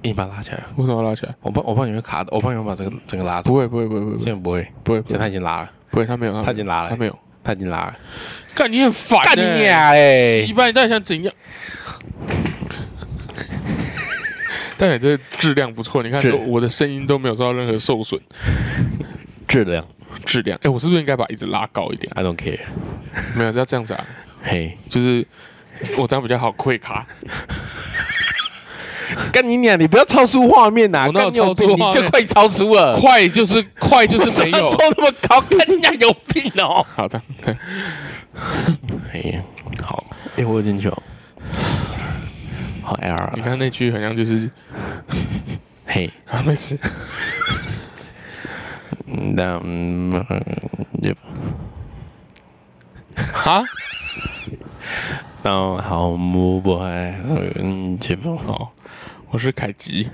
你把它拉起来，为什么要拉起来？我帮我帮你们卡，我帮你们把这个整个拉住。不会不会不会不现在会不会，不会现在他已经拉了，不会，他没有，他已经拉他了，没有。他已经拉了。干你哎很烦、欸，干你俩嘞鸡！巴，你到底想怎样？ 但你这质量不错，你看质我的声音都没有受到任何受损，质量质量。哎、我是不是应该把椅子拉高一点？ ，I don't care。没有，要这样子啊，嘿，就是我这样比较好跪卡。干你俩！你不要超出画面呐！我哪有干你有超出病画你面就快超出了，快就是快就是没不是有他。抽那么高，干你俩有病哦！好的，嘿，好，哎，我有点久，好 L 啊你，看那句好像就是嘿，啊，没事，嗯那嗯，就啊，那好，我不爱，嗯，解放。好，我是凯吉，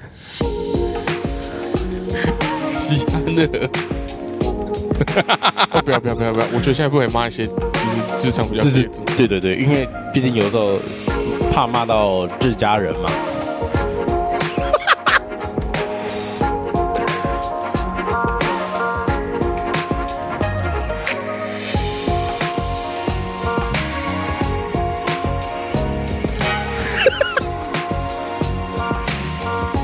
西安的。 哦不要不要不要不要！我觉得现在不可以骂一些就是智商比较这是低的对对对，因为毕竟有时候怕骂到自家人嘛。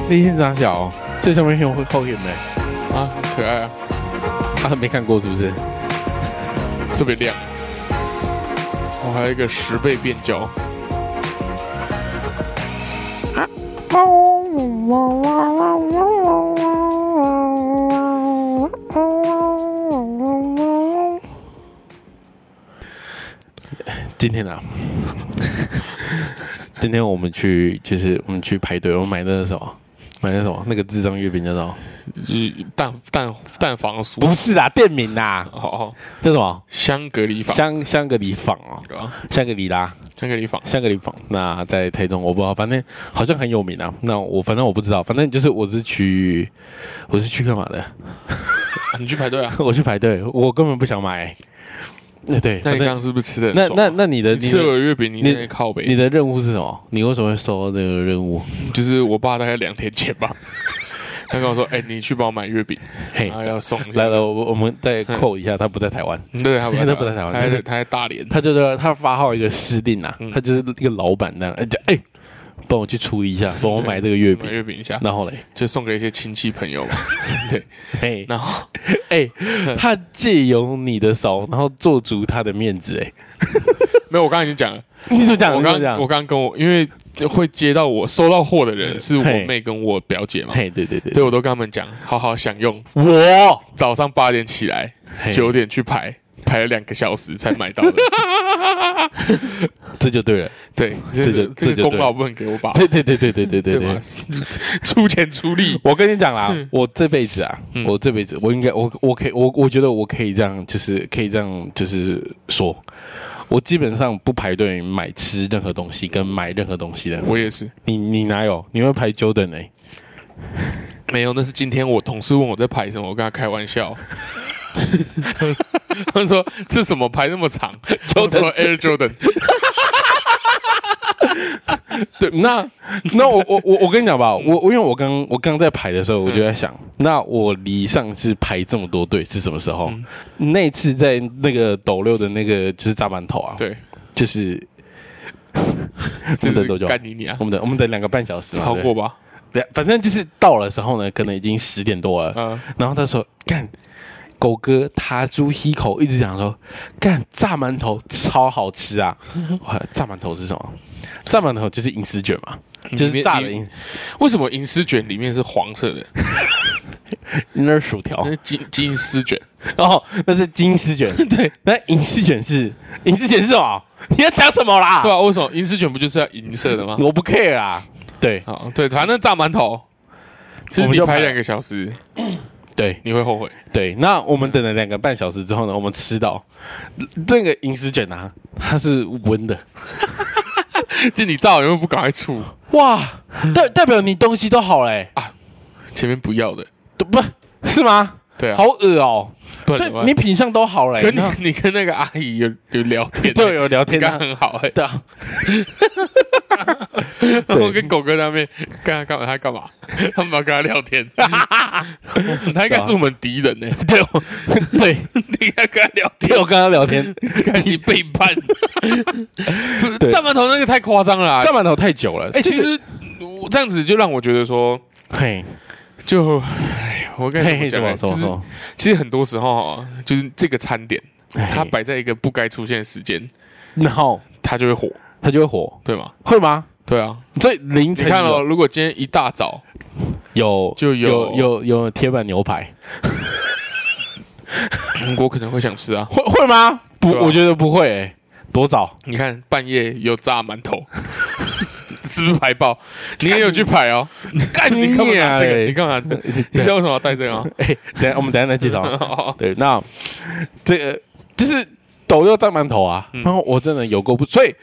那天长小、哦，最上面有后眼呢，啊，很可爱啊，他、啊、没看过是不是？特别亮。我、还有一个十倍变焦，今天啊， 今天我们去，就是我们去排队，我们买那个什么，买那什么，那个智障月饼叫什么？就是蛋蛋蛋黄酥，不是啦，店名啦，哦哦，叫什么？香格里坊，香香格里坊哦，啊，香格里拉，香格里坊，香格里坊。那在台中，我不知道，反正好像很有名啊。那我反正我不知道，反正就是我是去，我是去干嘛的？ 你去排队啊？我去排队，我根本不想买。那对，那你反正刚刚是不是吃的？那那那你的啊你你吃的了月饼，你你那靠你北，的任务是什么？你为什么会收到这个任务？就是我爸大概两天前吧， 他跟我说，哎，你去帮我买月饼，嘿然，后要送一下来了，我我们再扣一下，他不在台湾，嗯对，他他 不不在在台台湾，湾他就在是他在大连，他就是他发号一个司令啊嗯，他就是一个老板那样，哎就哎，帮我去处理一下，帮我买这个月买饼。月饼一下，然后嘞，就送给一些亲戚朋 友吧。对， 哎然后哎，他借由你的手，然后做足他的面子。哎，没有，我刚刚已经 讲了，你怎么讲？啊我你怎么刚讲我？刚刚跟我因为会接到我收到货的人是我嘿妹跟我表姐嘛，嘿，对对对，对我都跟他们讲，好好享用，我早上八点起来，嘿九点去排。排了两个小时才 买到的，这就对了。对，这个就这这个就功对劳不能给我爸，对对对对对对对吧对。？出钱出力，我跟你讲啦，嗯我这辈子啊，我这辈子我应该我我可以我我觉得我可以这样，就是可以这样，就是说，我基本上不排队买吃任何东西跟买任何东西的。我也是你你哪有？你会排 Jordan 哎、没有。那是今天我同事问我在排什么，我跟他开玩笑， 他说这什么排那么长 我说 Air Jordan，对， 那那我我我我跟你讲吧，我我因为我刚我刚在排的时候，我就在想，那我离上次排这么多队是什么时候？那次在那个斗六的那个就是炸馒头啊，，对，就是 这等多是久干你你啊我，们等我们等两个半小时嘛，超对啊过吧？对，反正就是到了时候呢，可能已经十点多了。嗯，然后他说：“干，狗哥他猪吸口一直讲说，干炸馒头超好吃 啊！哇炸馒头是什么？炸馒头就是银丝卷嘛，就里面是炸的嗯里银为什么银丝卷里面是黄色 的？那是薯条那，是金金丝卷， 哦，那是金丝卷， 对那银丝卷是银丝卷是什么？ 你要讲什么啦？对吧？啊为什么银丝卷不就是要银 色的吗？我不 care 啦。对好，对，反正炸馒头，就是我们你就排排两个小时，对你会后悔。对，那我们等了两个半小时之后呢，我们吃到那个银丝卷啊，它是温的。”就你炸了，又不赶快出 哇，啊代代表你东西都好嘞、前面不要的，都不是吗？对啊好，恶哦、不然但怎么办你品相都好嘞、可你 那你跟那个阿姨有有聊 天，对，有聊应天该啊，很好哎。对啊， 然后我跟狗哥那边跟他干嘛？他干嘛？ 他们要跟他聊 天，他应该是我们敌人呢。对我对，你要 跟他聊对我跟他聊天，天， 你背叛。 不是对站馒头那个太夸张了啊。站馒头太久了。哎，就其是实我这样子就让我觉得说，嘿，就哎，我该嘿嘿，怎怎么么怎讲么呢？就是说？其实很多时候啊，就是这个餐点，它他摆在一个不该出现的时间，哎然后它就会火，他就会火，对吗？会吗？对啊，所以凌你晨看哦，有如果今天一大早有就有有有有铁板牛排，嗯我可能会想吃啊。会会吗？不，对啊我觉得不会、欸，多早？你看半夜有炸馒头， 是不是排爆？你也有去排哦？干你 你干嘛娘拿这个？嘞你干嘛拿 这个？你知道为什么要带这个吗？哎、等一下我们等一下再介绍。啊哦 对，那这个就是抖六蘸馒头啊，然后我真的有够不，所以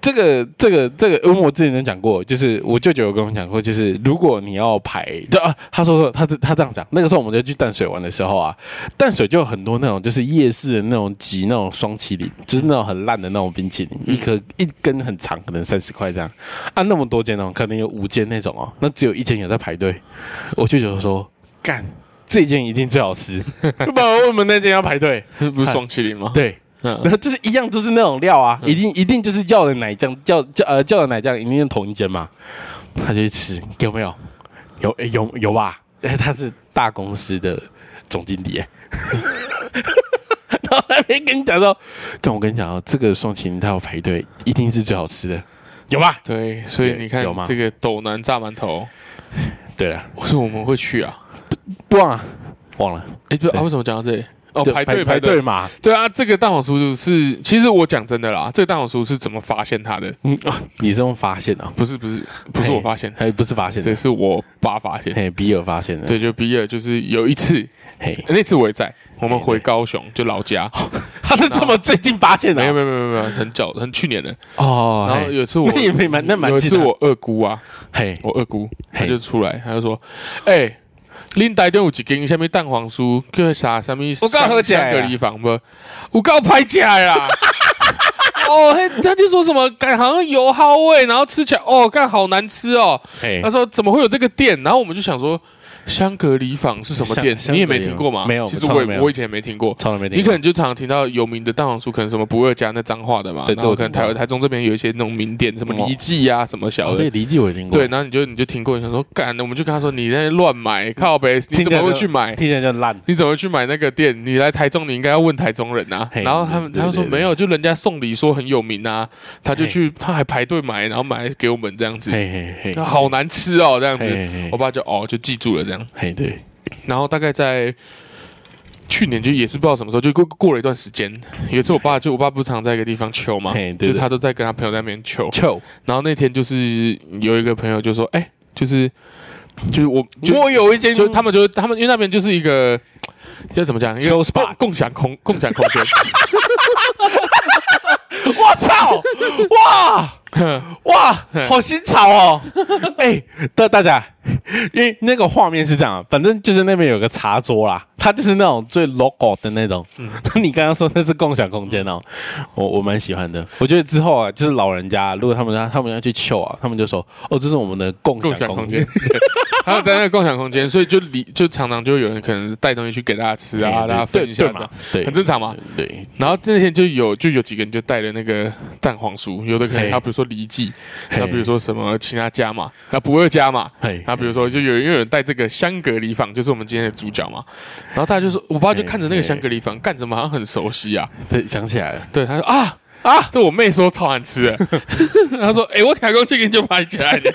这个这个这个，因嗯为我之前有讲过，就是我舅舅有跟我讲过，就是如果你要排，就啊，他说说他这他这样讲，那个时候我们在去淡水玩的时候啊，淡水就有很多那种就是夜市的那种挤那种双麒麟，就是那种很烂的那种冰淇淋，一颗一根很长，可能三十块这样，啊，那么多间哦，可能有五间那种哦，那只有一间有在排队，我舅舅就说干。这间一定最好吃， 不然我们那间要排队。 不是双麒麟吗？ 对，嗯然后就是一样，就是那种料啊，一定一定就是叫的奶酱，叫叫呃叫的奶酱，一定是同一间嘛。他就去吃，有没有？有诶有有吧？哎，他是大公司的总经理、 欸，然后那边跟你讲说，但我跟你讲哦，这个双麒麟它要排队，一定是最好吃的，有吧？对，所以你看有吗这个斗南炸馒头，对了，我说我们会去啊。忘了忘了，哎，对对啊，为什么讲到这里？哦，对排队排排队队。嘛，对啊，这个蛋黄酥就是，其实我讲真的啦，这个蛋黄酥是怎么发现它的？嗯啊，你是用发现啊？不是不是不是我嘿发现，还不是发现的这，是我爸发现。嘿，比尔发现的，对，就比尔就是有一次，嘿，那次我也在，我们回高雄就老家，他是这么最近发现的没啊、有没有没有没有，很早很去年了。哦，然后有一次我那也没蛮那蛮有一近次的我二姑啊，嘿，我二姑嘿她就出来，她就说：“哎，恁台中有一间什么蛋黄酥，叫啥什么我刚好吃的香啊格里坊不？我刚拍起 来啦。”哦，嘿，他就说什么，感好像油耗味，然后吃起来，哦，干好难吃哦。嘿他，说怎么会有这个店？然后我们就想说，香格里坊是什么店？香你也香没格里听过吗？没有其实从我来没也有我以前也没听过。从来没听过，你可能就常常听到有名的蛋黄酥，可能什么不二家那脏话的嘛，对这然后我可能听台过台中这边有一些那种名店，什么哦李记啊，什么哦，小的对，，李记我也听过，对，，然后你就你就听过，你想说干，我们就跟他说你在乱买，靠呗，你怎么会去买？听起来就烂， 你怎么会去买那个店？你来台中，你应该要问台中人啊。嘿然后他们对对他就说对对没有，就人家送礼说很有名啊，他就嘿去，他还排队买，然后买给我们这样子，嘿嘿嘿，那好难吃哦，这样子。嘿嘿我爸就哦就记住了这样，嘿，对，然后大概在去年就也是不知道什么时候，就过过了一段时间。有一次我爸就我爸不是常在一个地方求嘛，嘿就对是他都在跟他朋友在那边求。臭，然后那天就是有一个朋友就说，哎、就是就是我就我有一间就他们就他们因为那边就是一个要怎么讲，一个秋共 spa 共享空共享空间，我操， 哇 哇，好新潮哦！ 哎，大大家，因为那个画面是这样，啊反正就是那边有个茶桌啦，它就是那种最 logo 的 那种。嗯你刚刚说那是共享空间哦，我我蛮喜欢的。我觉得之后啊，就是老人家如果他们要他们要去秀啊，他们就说哦，这是我们的 共共享享空空间间。，对他们在那个共享空间，所以就里就常常就有人可能带东西去给大家吃啊，哎对大家对分一下对嘛嘛，，对，很正常嘛。对，然后那天就有就有几个人就带了那个蛋黄酥，有的可能嘿他比如说李记，嘿那比如说什么其他家嘛，那不二家嘛，嘿那比如说就有有人带这个香格里坊，就是我们今天的主角嘛。然后大家就说，我爸就看着那个香格里坊，干什么好像很熟悉啊？对，想起来了，对，他说啊啊，这我妹说超难吃的。 他说，哎、我台工去给你就买起来的。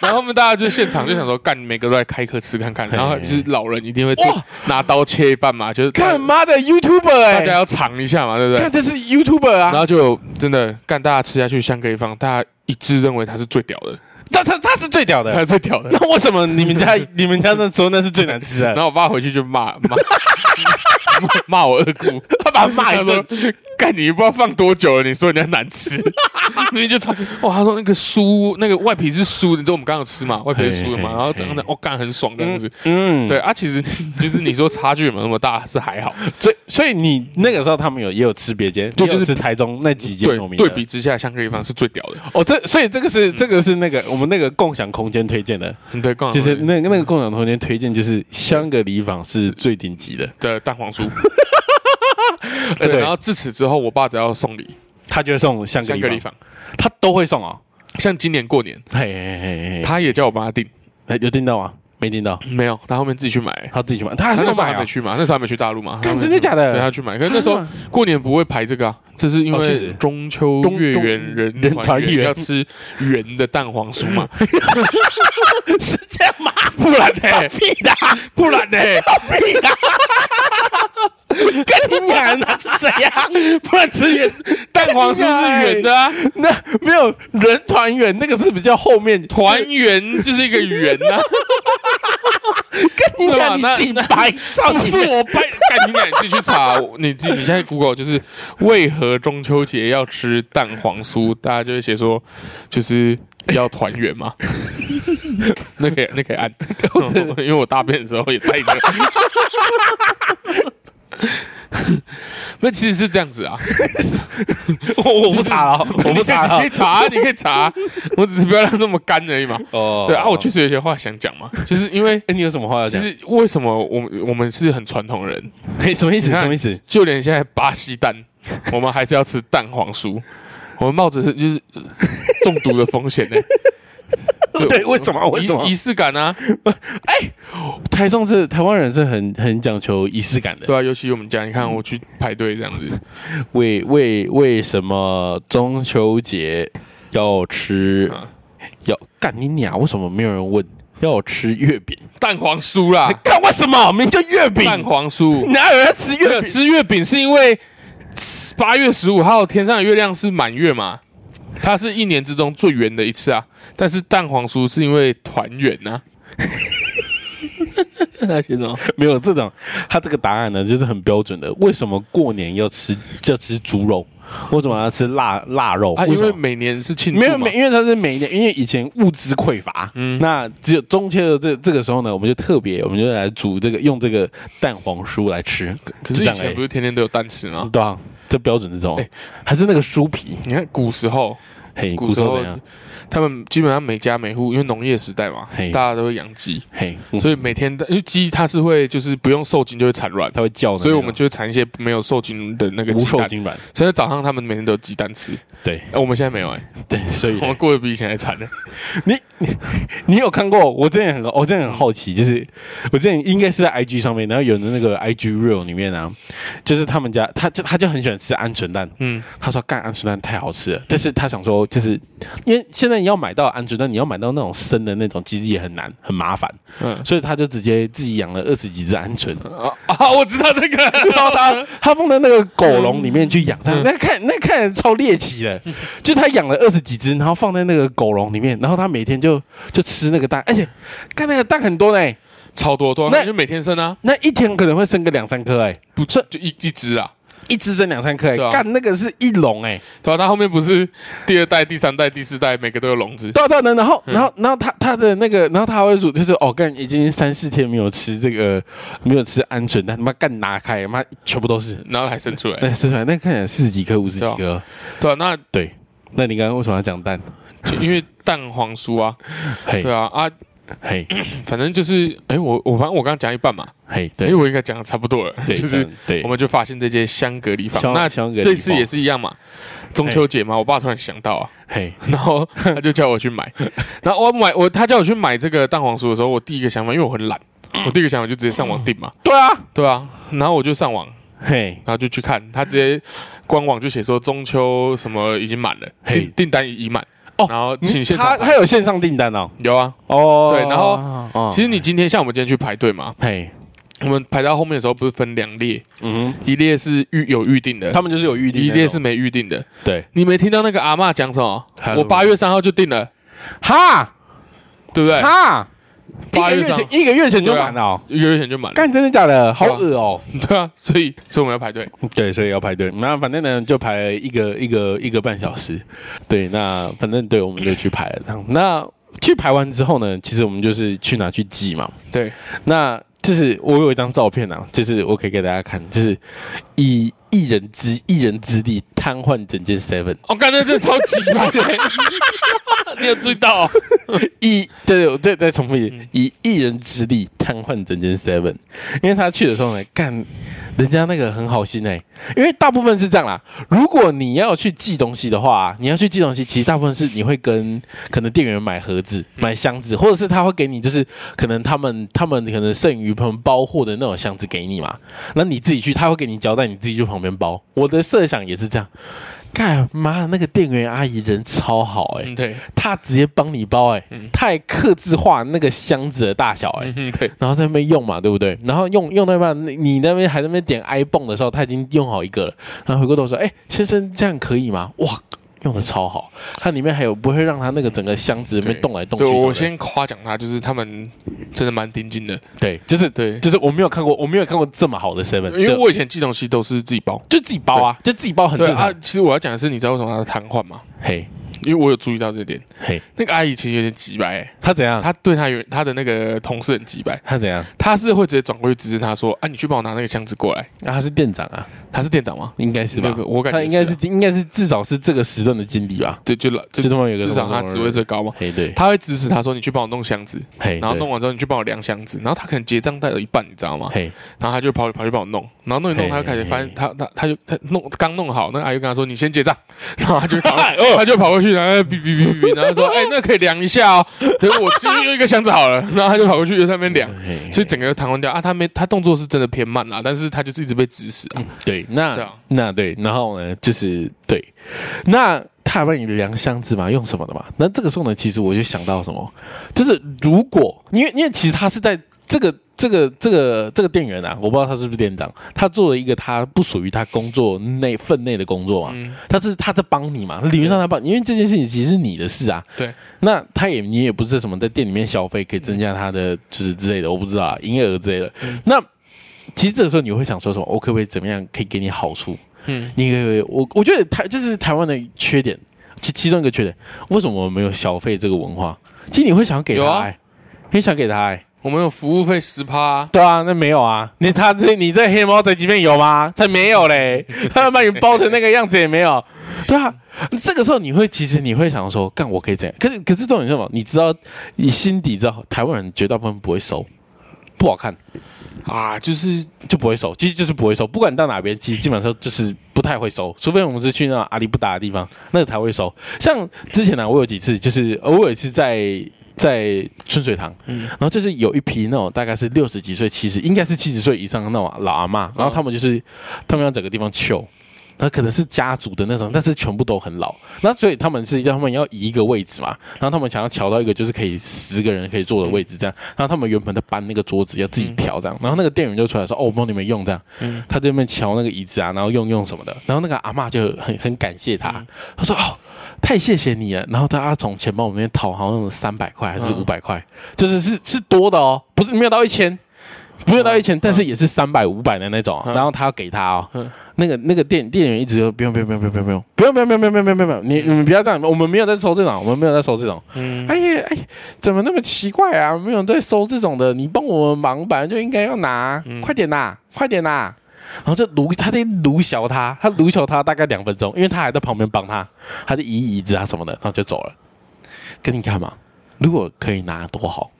然后我们大家就现场就想说，干，每个都来开课吃看看。然后就是老人一定会哇拿刀切一半嘛，就是干妈的 YouTuber 大哎、家要尝一下嘛，对不对看？这是 YouTuber 然啊，后就真的干大家吃下去香格里坊，大家一致认为它是最屌的，他他他是最屌它的。是最屌的。 那 为什么你们家你们家那时候那是最难吃然的？后我爸回去就骂骂， 骂我二姑，他把他骂一顿，干你不知道放多久了，你说人家难 吃，那就超哇，他说那个酥那个外皮是酥的，你知道我们刚刚有吃嘛，外皮是酥的嘛，嘿嘿然后整个的哦干很爽这样子，嗯，对，啊，其实其实你说差距有没有那么大是还好，所以所以你那个时候他们有也有吃别间，对你有就吃是台中那几间对有名的对比之下，香格里坊是最屌的，哦，这所以这个是这个是那个我们那个共享空间推荐的，嗯对，刚好就是那个那个共享空间推荐就是香格里坊是最顶级的，的蛋黄 酥。对对，然后自此之后，我爸只要送礼，他就会送香格香格里里坊，坊，他都会送哦。像今年过年，嘿嘿嘿嘿他也叫我帮他订，嘿，有订到吗？没订到，没有，他后面自己去买。他自己去买，他还他是那要时候买还啊没。去嘛，那时候还没去大陆嘛，干他们真的假的对，他去买。可是那时候过年不会排这个啊，这是因哦确为实中秋冬月冬圆人人团团圆圆要吃圆的蛋黄酥 嘛，是这样吗？不然呢？屁啦，不然呢？屁啦！跟你讲，那是这样，不然吃圆蛋黄酥是圆的啊，那没有人团圆，那个是比较后面团圆就是一个圆啊，跟你讲，对吧啊你自己白上不是我掰。干你俩，你自己去查，你自己你现在 Google 就是为何中秋节要吃蛋黄酥，大家就会写说就是要团圆嘛。 那可以，那可 以按， 因为我大便的时候也带着。那其实是这样子 啊，我我不查了，我不查你可以了。查，你可以查，我只是不要让那么干而已嘛。哦对啊，我确实有些话想讲嘛，就是因为哎，你有什么话要其讲？实为什么我们我们是很传统的人，嘿，什么意思？你看什么意思？就连现在巴 西蛋，我们还是要吃蛋黄酥，我们冒着是就是 呃中毒的风险呢、对，为什么？ 为什么仪？仪式感啊，台中是台湾人是很很讲求仪式感的。对啊，尤其我们家，你看嗯我去排队这样子，为为为什么中秋节要吃啊要干你娘？为什么没有人问要吃月 饼？蛋黄酥啦，干为什么？明明就月哎饼，蛋黄 酥，哪有人要吃没有月 饼？吃月饼是因为八月十五号天上的月亮是满月嘛，它是一年之中最圆的一次啊，但是蛋黄酥是因为团圆呐、 啊。他写什么？没有这种，他这个答案呢，就是很标准的。为什么过年要吃要吃猪肉？为什么要吃腊腊肉？啊，为因什为么每年是庆祝没有嘛没，因为它是每一年，因为以前物资匮乏，嗯，那只有中秋的这这个时候呢，我们就特别，我们就来煮这个，用这个蛋黄酥来吃。就可是这以样而前已不是天天都有蛋吃吗？对啊，这标准是什么？哎还是那个酥皮？你看古时候，嘿，古古时时候候怎样？他们基本上每家每户，因为农业时代嘛，嘿嗯大家都会养鸡，嘿，所以每天的因为鸡它是会就是不用受精就会产卵，它会哦叫的那种，所以我们就会产一些没有受精的那个无鸡受蛋。精卵。所以早上他们每天都有鸡蛋吃，对哎，我们现在没有哎、对，所以 我们过得比以前还惨呢。你有看过？我之前很我之前很好奇，就是我之前应该是在 IG 上面，然后有的那个 IG real 里面啊，就是他们家他就他就很喜欢吃鹌鹑蛋，嗯，他说干鹌鹑蛋太好吃了，但是他想说就是因为现在你要买到鹌鹑蛋，你要买到那种生的那种，其实也很难很麻烦，嗯所以他就直接自己养了二十几只鹌鹑，啊啊，我知道这个， 然后嗯他他放在那个狗笼里面去养，他那看那看着超猎奇的，就他养了二十几只，然后放在那个狗笼里面，然后他每天就就吃那个蛋，而且看那个蛋很多呢，超多多，那那就每天生啊，那一天可能会生个两三颗哎，不是就一一只啊。一只生两三颗哎对啊，干那个是一笼哎，对啊，他后面不是第二代、第三代、第四代，每个都有笼子。对啊对啊，然嗯后然后然后他他的那个，然后他还会煮，就是哦干已经三四天没有吃这个没有吃鹌鹑蛋，他妈干拿开，妈全部都是，然后还生出来，那生出来那看起来四十几颗五十几颗，对啊，那对，那你刚刚为什么要讲蛋？就因为蛋黄酥啊，嘿对啊啊，嘿反正就是，哎，我我反正我刚刚讲一半嘛，嘿，因对哎为。我应该讲的差不多了， 对，就是嗯对我们就发现这些香格里坊，香那香格里这次坊也是一样嘛，中秋节嘛，我爸突然想到啊，嘿，然后他就叫我去买， 然后我买我他叫我去买这个蛋黄酥的时候，我第一个想法，因为我 很懒，我第一个想法就直接上网订嘛，对啊，对啊，然后我就上网，嘿，然后就去看，他直接官网就写说中秋什么已经满了，嘿订订单已满，哦，然后请现嗯他场他有线上订单哦，有啊，哦对然后哦其实你今天像我们今天去排队嘛，嘿，我们排到后面的时候不是分两列，嗯，一列是预有预定的，他们就是有预定那一种，列是没预定的。对，你没听到那个阿嬷讲什么她？说我八月三号就定了，哈对不对？哈，哎一八个月月上前一个月前就满了、哦，一个月前就满了，干真的假的？好恶哦、对啊，所以所以我们要排队，嗯对，所以要排队。那反正呢，就排了一个一个一个半小时。对，那反正对，我们就去排了。这样，那去排完之后呢，其实我们就是去拿去寄嘛。对，那就是我有一张照片啊，就是我可以给大家看，就是以一人之一人之力瘫痪整间 Seven，哦，刚才这超级排队， 你有注意到哦？一对我再再重复一遍，以一人之力瘫痪整间 Seven。因为他去的时候呢，干人家那个很好心哎、因为大部分是这样啦。如果你要去寄东西的话，你要去寄东西，其实大部分是你会跟可能店员买盒子、买箱子，或者是他会给你就是可能他们他们可能剩余他们包货的那种箱子给你嘛，那你自己去，他会给你交代，你自己去旁边包。我的设想也是这样。干妈那个店员阿姨人超好哎、嗯，对，他直接帮你包、欸，哎、嗯他还刻字化那个箱子的大小、欸，嗯对，然后在那边用嘛，对不对？然后用用那半，你你那边还在那边点 iPhone 的时候，他已经用好一个了，然后回过头说：“哎、先生，这样可以吗？”哇，用的超好，它里面还有不会让它那个整个箱子里面对动来动去对什么的。我先夸奖他，就是他们真的蛮盯紧的，对，就是对，就是我没有看过，我没有看过这么好的 seven，因为我以前寄东西都是自己包。就自己包啊，就自己包很对正常。啊，其实我要讲的是，你知道为什么他瘫痪吗？嘿，因为我有注意到这点。嘿，那个阿姨其实有点急白、欸，他怎样？他她对她有她的那个同事很急白，他怎样？啊她是会直接转过去指示她说：“啊，你去帮我拿那个箱子过来。啊，他是店长啊，”她是店长吗？应该是吧那？个我感觉他应该是啊是应该是至少是这个时段的经理吧？对，就老就就他妈有一个至少她这么职位最高嘛。嘿对，她会指使她说：“你去帮我弄箱子。”嘿，然后对弄完之后，你去帮我量箱子。然后她可能结账带了一半，你知道吗？嘿，然后她就跑跑去帮我弄，然后弄一弄，嘿她就开始嘿发现她她她就她弄刚弄好，那阿姨跟她说：“你先结账。” 然后她就跑，哦她就跑过去，然后哔哔哔哔哔，然后说：“哎，那可以量一下哦。”可是我就用一个箱子好了， 然后她就跑过去就在那边量。 嘿所以整个就瘫痪掉啊！他没他动作是真的偏慢啦，但是他就是一直被指使啊。对，那对啊那对，然后呢，就是对，那他帮你量箱子嘛，用什么的嘛？那这个时候呢，其实我就想到什么，就是如果因为因为其实他是在这个这个这个这个店员啊，我不知道他是不是店长，他做了一个他不属于他工作内分内的工作嘛，嗯，他是他在帮你嘛，理论上他帮你，因为这件事情其实是你的事啊。对，那他也你也不是什么在店里面消费可以增加他嗯的就是之类的，我不知道啊，营业额之类的。那其实这个时候你会想说什么？我可不可以怎么样可以给你好处？嗯，你可以我我觉得台这是台湾的缺点，其其中一个缺点，为什么我们没有消费这个文化？其实你会想给有他、啊欸，你想给他、欸，我们有服务费十趴啊，对啊，那没有啊，你他这你在黑猫宅急便有吗？才没有嘞， 他把你包成那个样子也没有，对啊，这个时候你会其实你会想说，干我可以怎样？可是可是重点是什么？你知道，你心底知道，台湾人绝大部分不会收，不好看啊就是就不会收，其实就是不会收，不管到哪边，其实基本上就是不太会收，除非我们是去那种阿里不达的地方，那个才会收。像之前呢、啊我有几次就是呃我有一次在。在春水堂，嗯然后就是有一批那种大概是六十几岁、七十，应该是七十岁以上的那种老阿嬷，然后他们就是他们要整个地方求，那可能是家族的那种，但是全部都很老，那所以他们是要他们要移一个位置嘛，然后他们想要调到一个就是可以十个人可以坐的位置这样，然后他们原本在搬那个桌子要自己调这样，然后那个店员就出来说哦我帮你们用这样，嗯他在那边瞧那个椅子啊，然后用用什么的，然后那个阿嬷就很很感谢他，他说哦太谢谢你了，然后他从钱包里面掏好像三百块还是五嗯百块，就是是是多的哦，不是没有到一千。没有到一千，嗯但是也是三百五百的那种哦，嗯然后他要给他哦，嗯那个那个店店员一直说不用不用不用不用不用不用不用不用不用不用不用不用不用，你你们不要这样，我们没有在收这种，我们没有在收这种。嗯哎呀哎，怎么那么奇怪啊？没有人在收这种的，你帮我们忙，本来就应该要拿，嗯快点呐，快点呐。然后就卢，他在卢小他，他卢小他大概两分钟，因为他还在旁边帮他，他就移椅子啊什么的，然后就走了。跟你看嘛，如果可以拿多好，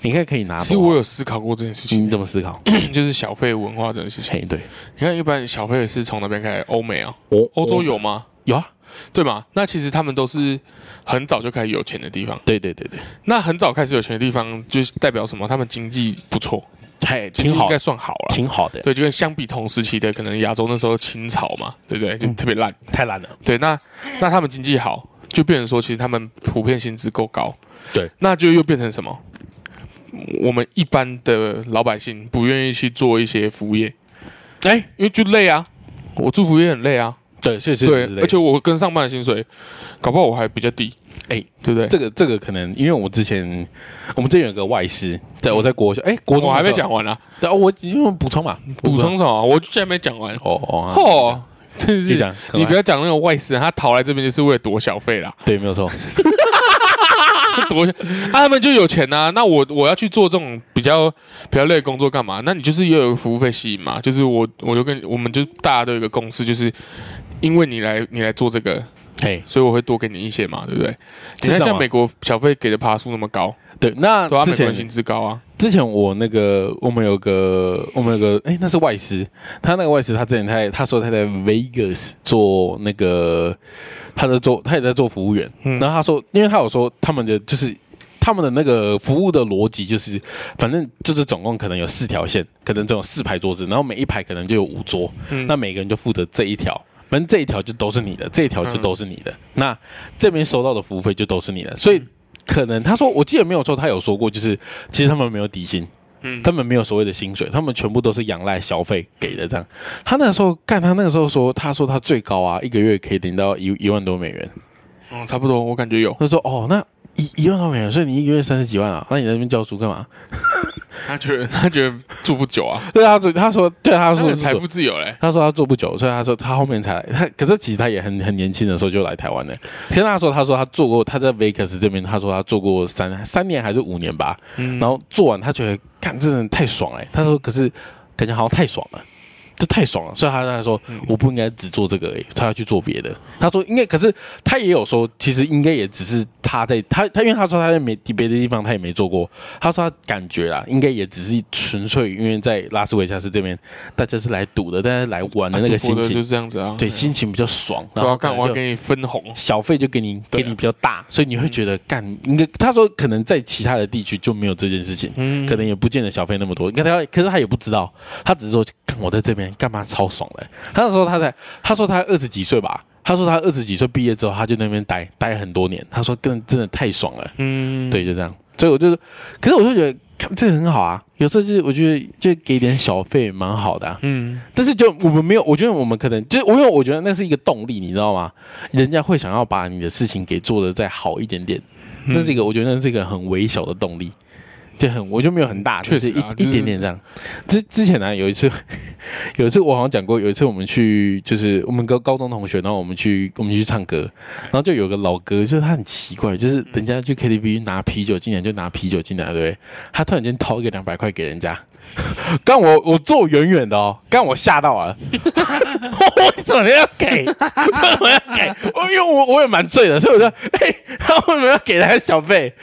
你看可以拿其实多我好。有思考过这件事你情，怎么思 考？就是小费文化这件事情。嘿，对，你看，一般小费是从哪边开始？欧美啊，我欧洲有吗？有啊，对吗？那其实他们都是很早就开始有钱的地方。对对对对，那很早开始有钱的地方，就是代表什么？他们经济不错，嘿，经挺济好应该，算好了。挺好的，对，就跟相比同时期的，可能亚洲那时候清朝嘛，对不对？嗯就特别烂。太烂了，对，那那他们经济好，就变成说，其实他们普遍薪资够高。对，那就又变成什么？我们一般的老百姓不愿意去做一些服务业，哎，因为就累啊。我做服务业很累啊，对，是是对是，，而且我跟上班的薪水，搞不好我还比较低。哎对不对？这个这个可能，因为我之前我们这边有个外师，在我在国小，哎、国中嗯我还没的时候讲，完呢、啊，对，哦我因为补充嘛，补充什么？我居然没讲完。哦哦，哦哦，真继续是讲赶快你不要讲那种外事，啊他逃来这边就是为了躲小费啦，对，没有错， 躲小啊他们就有钱呐、那我我要去做这种比较比较累的工作干嘛？那你就是要有服务费吸引嘛，就是我我就跟我们就大家都有一个共识，就是因为你来你来做这个，嘿，所以我会多给你一些嘛，对不对？知道你看吗像美国小费给的爬数那么高，对，那对啊，啊之美国人前薪资高啊，之前我那个我们有个我们有个哎、那是外师，他那个外师他之前他在他说他在 Vegas 做那个他在做他也在做服务员，嗯然后他说，因为他有说他们的就是。他们的那个服务的逻辑就是，反正就是总共可能有四条线，可能总有四排桌子，然后每一排可能就有五桌，嗯那每个人就负责这一条，反正这一条就都是你的，这一条就都是你嗯的。那这边收到的服务费就都是你的，所以可能他说，我记得没有错，他有说过，就是其实他们没有底薪，嗯他们没有所谓的薪水，他们全部都是仰赖消费给的。这样，他那个时候干，他那个时候说，他说他最高啊，一个月可以领到一一万多美元。嗯，差不多，我感觉 有，他说，哦，那一一万多美元，所以你一个月三十几万啊，那你在那边教书干嘛？他觉得他觉得住不久啊，对啊，他他说，对啊， 他他说是财富自由嘞、他说他做不久，所以他说他后面才来。他可是其实他也很很年轻的时候就来台湾了。跟他说，他说他做过，他在 Vegas 这边，他说他做过三三年还是五年吧。嗯然后做完，他觉得干真的太爽哎、他说，可是感觉好像太爽了。这太爽了，所以他他说嗯我不应该只做这个而已，他要去做别的。他说应该，可是他也有说，其实应该也只是他在他他，因为他说他在没别的地方他也没做过，他说他感觉啦，应该也只是纯粹因为在拉斯维加斯这边大家是来赌的，大家来玩的那个啊赌心博的情，就是这样子啊，对，心情比较爽，然对后啊，可干能我要就给你分红，小费就给你对给啊你比较大，所以你会觉得干应该他说可能在其他的地区就没有这件事情，嗯，可能也不见得小费那么多。你看他，可是他也不知道，他只是说干我在这边干嘛超爽的。他那时候他在，他说他二十几岁吧，他说他二十几岁毕业之后，他就那边待待很多年。他说真的真的太爽了，嗯，对，就这样。所以我就是，可是我就觉得看这个很好啊，有时候就是我觉得就给点小费蛮好的、啊。嗯，但是就我们没有，我觉得我们可能就是，因为我觉得那是一个动力，你知道吗？人家会想要把你的事情给做的再好一点点，嗯那是一个我觉得那是一个很微小的动力，就很我就没有很大，确实就是啊一就是一点点这样。之之前呢、有一次， 有一次我好像讲过，有一次我们去就是我们高高中同学，然后我们去我们去唱歌，然后就有个老哥，就是他很奇怪，就是人家去 KTV 拿啤酒进来就拿啤酒进来，对不对？他突然间掏一个两百块给人家。干我，我坐远远的哦，干我吓到了，我为什么要给？为什么要给？我因为我我也蛮醉的，所以我就哎、他为什么要给他小费？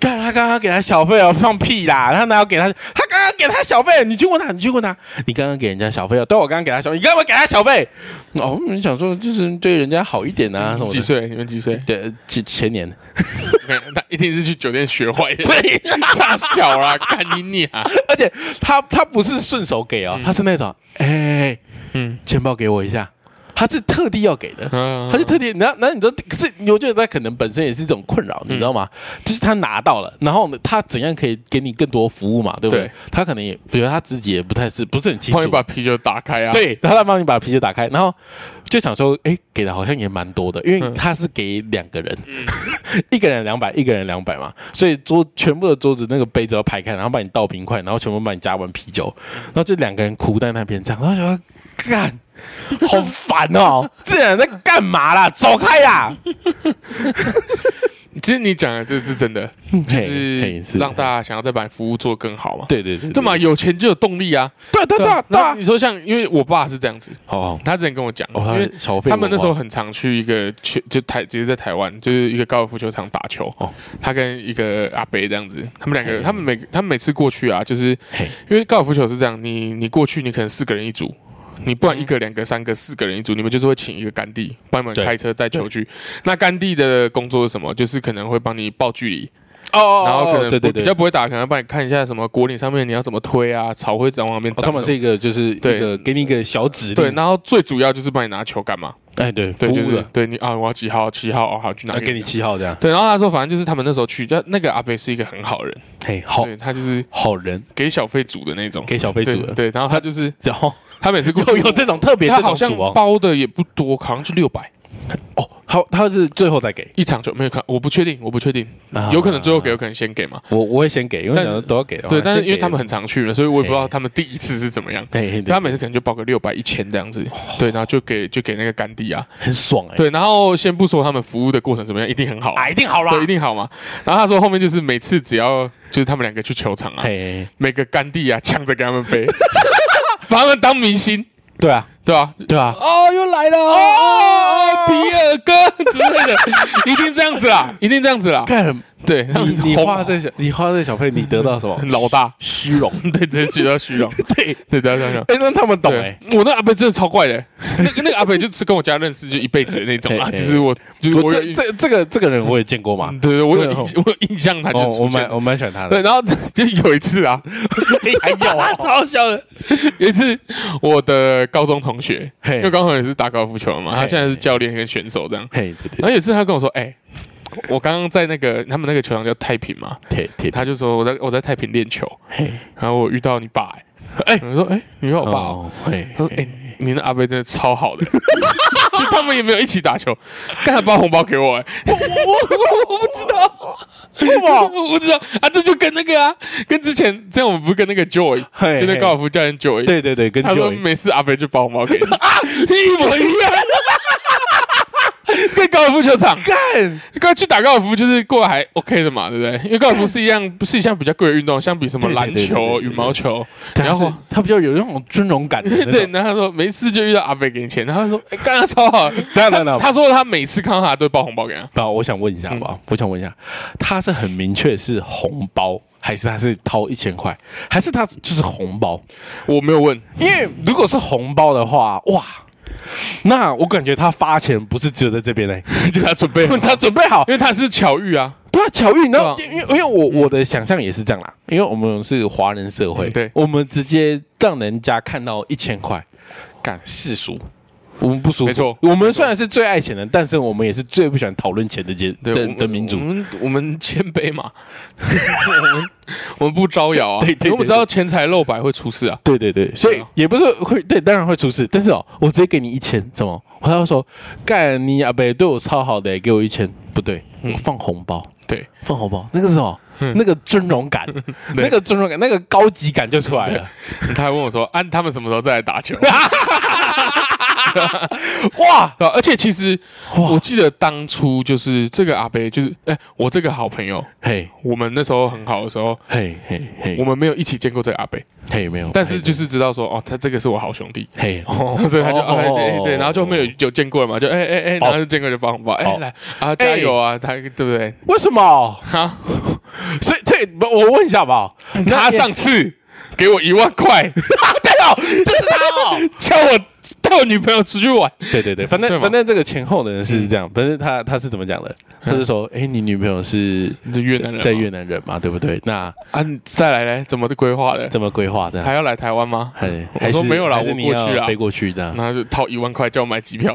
干他刚刚给他小费哦，放屁啦！他哪有给他？他刚刚给他小费，你去问他，你去问他，你刚刚给人家小费哦，对我刚刚给他小费，你干嘛给他小费？哦，你想说就是对人家好一点啊什么嗯几的。岁？你们几岁？对，前前年， 他一定是去酒店学坏的，对，大小啦，干你你啊！ 而且他他不是顺手给哦，他是那种，哎、嗯钱包给我一下，他是特地要给的，嗯，他就特地，然后然后你知道，可是我觉得他可能本身也是一种困扰，你知道吗？就是他拿到了，然后呢，他怎样可以给你更多服务嘛，对不对？对他可能也觉得他自己也不太是不是很清帮楚你，把啤酒打开啊，，对，然后他帮你把啤酒打开，然后就想说，哎，给的好像也蛮多的，因为嗯他是给两个人， 一个人两百，一个人两百嘛，所以桌全部的桌子那个杯子要排开，然后把你倒冰块，然后全部帮你加完啤酒，然后就两个人哭在那边这样，然后想说干。 好烦哦！这人在干嘛啦？走开 啦！其实你讲的这是真的，就嘿是嘿是让大家想要再把服务做更好嘛。对对对，对嘛，有钱就有动力啊！对对对对那啊你！说像，因为我爸是这样子，哦，他之前跟我讲，因因为为小费他们那时候文化很常去一个去就台，直接在台湾就是一个高尔夫球场打球。哦他跟一个阿伯这样子，他们两个，嘿他们每他们每次过去啊，就是嘿因为高尔夫球是这样，你你过去你可能四个人一组。你嗯不然一个、两个、三个、四个人一组，你们就是会请一个干地帮你们对开车载球去。那干地的工作是什么？就是可能会帮你报距离，哦哦，然后可能对对不对，比较不会打，可能帮你看一下什么果岭上面你要怎么推啊，草会怎么往旁边哦长。他们是一个就是一对个给你一个小指令，对，然后最主要就是帮你拿球干嘛？哎对，服对，就务是的，对你啊，我要几号？七号哦，好，去拿那给你。七号这样，对，然后他说，反正就是他们那时候去，就那个阿北是一个很好人，嘿，好对他就是好人给小费组的那种，给小费对组的，对，然后 他就是然后他每次过有有这种特别他这好种像组哦，包的也不多，好像就六百，哦，他他是最后再给一场球没有看，我不确定，我不确定，啊有可能最后给，有可能先给嘛。我我会先给，因为但想是说都要给的话，对，但是先因为给他们很常去了，所以我也不知道嘿他们第一次是怎么样。嘿哦嘿对他每次可能就报个六百、一千这样子，对，然后就给就给那个干地啊，很爽哎，对，然后先不说他们服务的过程怎么样，一定很好啊，啊，一定好啦，对，一定好嘛。然后他说后面就是每次只要就是他们两个去球场啊，嘿，嘿每个干地啊抢着给他们背， 把他们当明星，对啊，对吧、对啊，哦，又来了哦，哎皮尔哥之 类的，一定这 样子啦，一定这样子啦。啊看对，他你们你红啊花这小你花这小费，你得到什么？老大， 虚荣，对，直接举到虚荣， 对，对，大家想想。哎，那他们懂对哎，，我那阿北真的超怪的， 那个那个阿北就是跟我家认识就一辈子的那种啊，嘿嘿就是我就是我我有这印这这个这个人我也见过嘛，对对，我有对哦印 我有印象他就哦，我出现蛮我蛮喜欢他对，的，然后这 就有一次啊，还有啊 超好笑的。有一次，我的高中同学，嘿因为高中也是打高尔夫球嘛，嘿他现在是教练跟选手这样。 嘿，对对然后有一次他跟我说：“哎、我刚刚在那个他们那个球场叫太平嘛，对对，他就说我在我在太平练球，嘿，然后我遇到你爸、欸，哎我说哎、你遇到我爸、哦，哦，嘿他，说哎、你那阿贝真的超好的， 就他们也没有一起打球，干才把红包给我、欸，我我不知 道，哇，我不知道啊，这就跟那个啊，跟之前这样我们不是跟那个 Joy，嘿就那高尔夫教练 Joy，对对对，跟他说 Joey 每次阿肥就包红 包给你，啊，一模一样。 跟高尔夫球场，干，刚去打高尔夫就是过来还 OK 的嘛，对不对？因为高尔夫是一样，不是一项比较贵的运动，相比什么对对篮对对对球、对羽毛球，然然后后他比较有那种尊荣感的那种， 对。然后他说没事就遇到阿肥给你钱，然 后他说哎，刚刚超好。等一下等一下，他说他每次看到他都会包红包给他，那我想问一嗯下好不好？我想问一下，他是很明确是红包，还是他是掏一千块，还是他就是红包？我没 有问，因为如果是红包的话，哇，那我感觉他发钱不是只有在这边嘞、就他准备很好，他准备好因，为他是巧遇啊，对啊，巧遇，然后对因为因为我我的想象也是这样啦，因为我们是华人社会，嗯对我们直接让人家看到一千块，干世俗。我们不舒服，没错我们虽然是最爱钱的，但是我们也是最不喜欢讨论钱的阶对的我们嗯的民我族。们我们谦 卑嘛，我们我们不招摇啊，对对对我们知道钱财露白会出事啊。对对对，所以啊也不是会对，当然会出事。但是哦，我直接给你一千，怎么？他就说干你阿北对我超好的，给我一千，不对，嗯我放红包，对，放红包，那个是什么？那个尊荣感，嗯 对那个尊荣感，那个高级感就出来了。他还问我说：“啊，他们什么时候再来打球？”啊 哇，对啊而且其实哇我记得当初就是这个阿贝，就是哎、我这个好朋友，嘿，我们那时候很好的时候，嘿嘿嘿，我们没有一起见过这个阿贝，嘿没有，但是就是知道说哦，他这个是我好兄弟。嘿，哦 所以他就、哦啊、对对，然后就没有有见过了嘛，就哎哎哎，然后就见过就发红包，哎、哦来啊加油啊，他对不对？为什么？啊， 所以这不我问一下吧，他上次给我一万块，对哦， 就是他哦，叫我带我女朋友出去玩。对对对，反对正嘛反正这个前后的人是这样，反正他他是怎么讲的？他是说，哎，你女朋友是是越南人吗在越南人嘛，对不对？那啊，你再来嘞，怎么规划的？怎么规划的？还要来台湾吗？还我还说是没有啦还是我你过要去啦啊飞过去的。那就掏一万块叫我买机 票。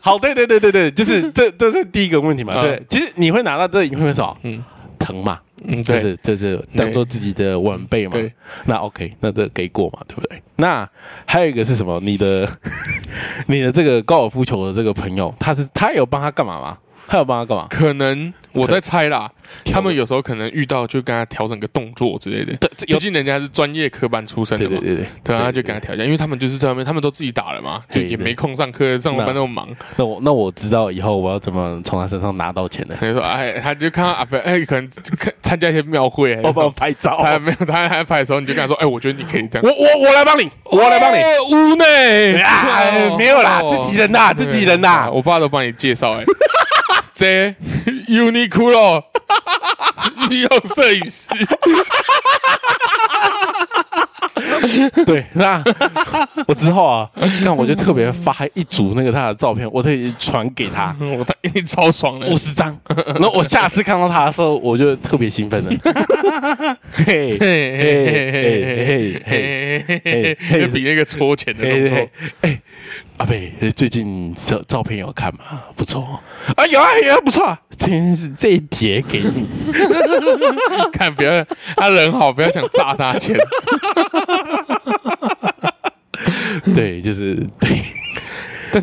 好，对对对对对，就是这这是第一个问题嘛。嗯对，其实你会拿到这，你会什么？嗯疼嘛，嗯，就对，是就是当做自己的晚辈嘛对。那 OK，那这给过嘛，对不对？那还有一个是什么？你的 你的这个高尔夫球的这个朋友，他是他有帮他干嘛吗？他有帮他干嘛？可能我在猜啦，他们有时候可能遇到就跟他调整个动作之类的。对，毕竟人家是专业科班出身对的对嘛，对对。对啊，对他就给他调整，因为他们就是在外面，他们都自己打了嘛，就对也对没空上课，上那班那么忙。那我那我知道以后我要怎么从他身上拿到钱呢？他就说，哎，他就看到阿飞，哎，可能看参加一些庙会， 我帮我 拍照，他还没有，他还拍的时候，你就跟他说，哎，我觉得你可以这样。我我我来帮你，我来帮你。哎屋内啊，没有啦，自己人呐，自己人呐啊，。我爸都帮你介绍哎、这 Uniqlo 御用摄影师，对，那 我之后啊，那我就特别发一组那个他的照片，我特意传给他我他一定超爽的五。十 张，然后我下次看到他的时候，我就特别兴 奋了。嘿嘿嘿嘿嘿嘿嘿嘿嘿嘿嘿嘿嘿，就比那个搓钱的动嘿作嘿，，哎，阿贝，最近照照片有看吗？不错哦，啊，有啊有啊，不错啊，今天是这一叠给你。 看不要他人好，不要想诈他 钱。对，就是对。但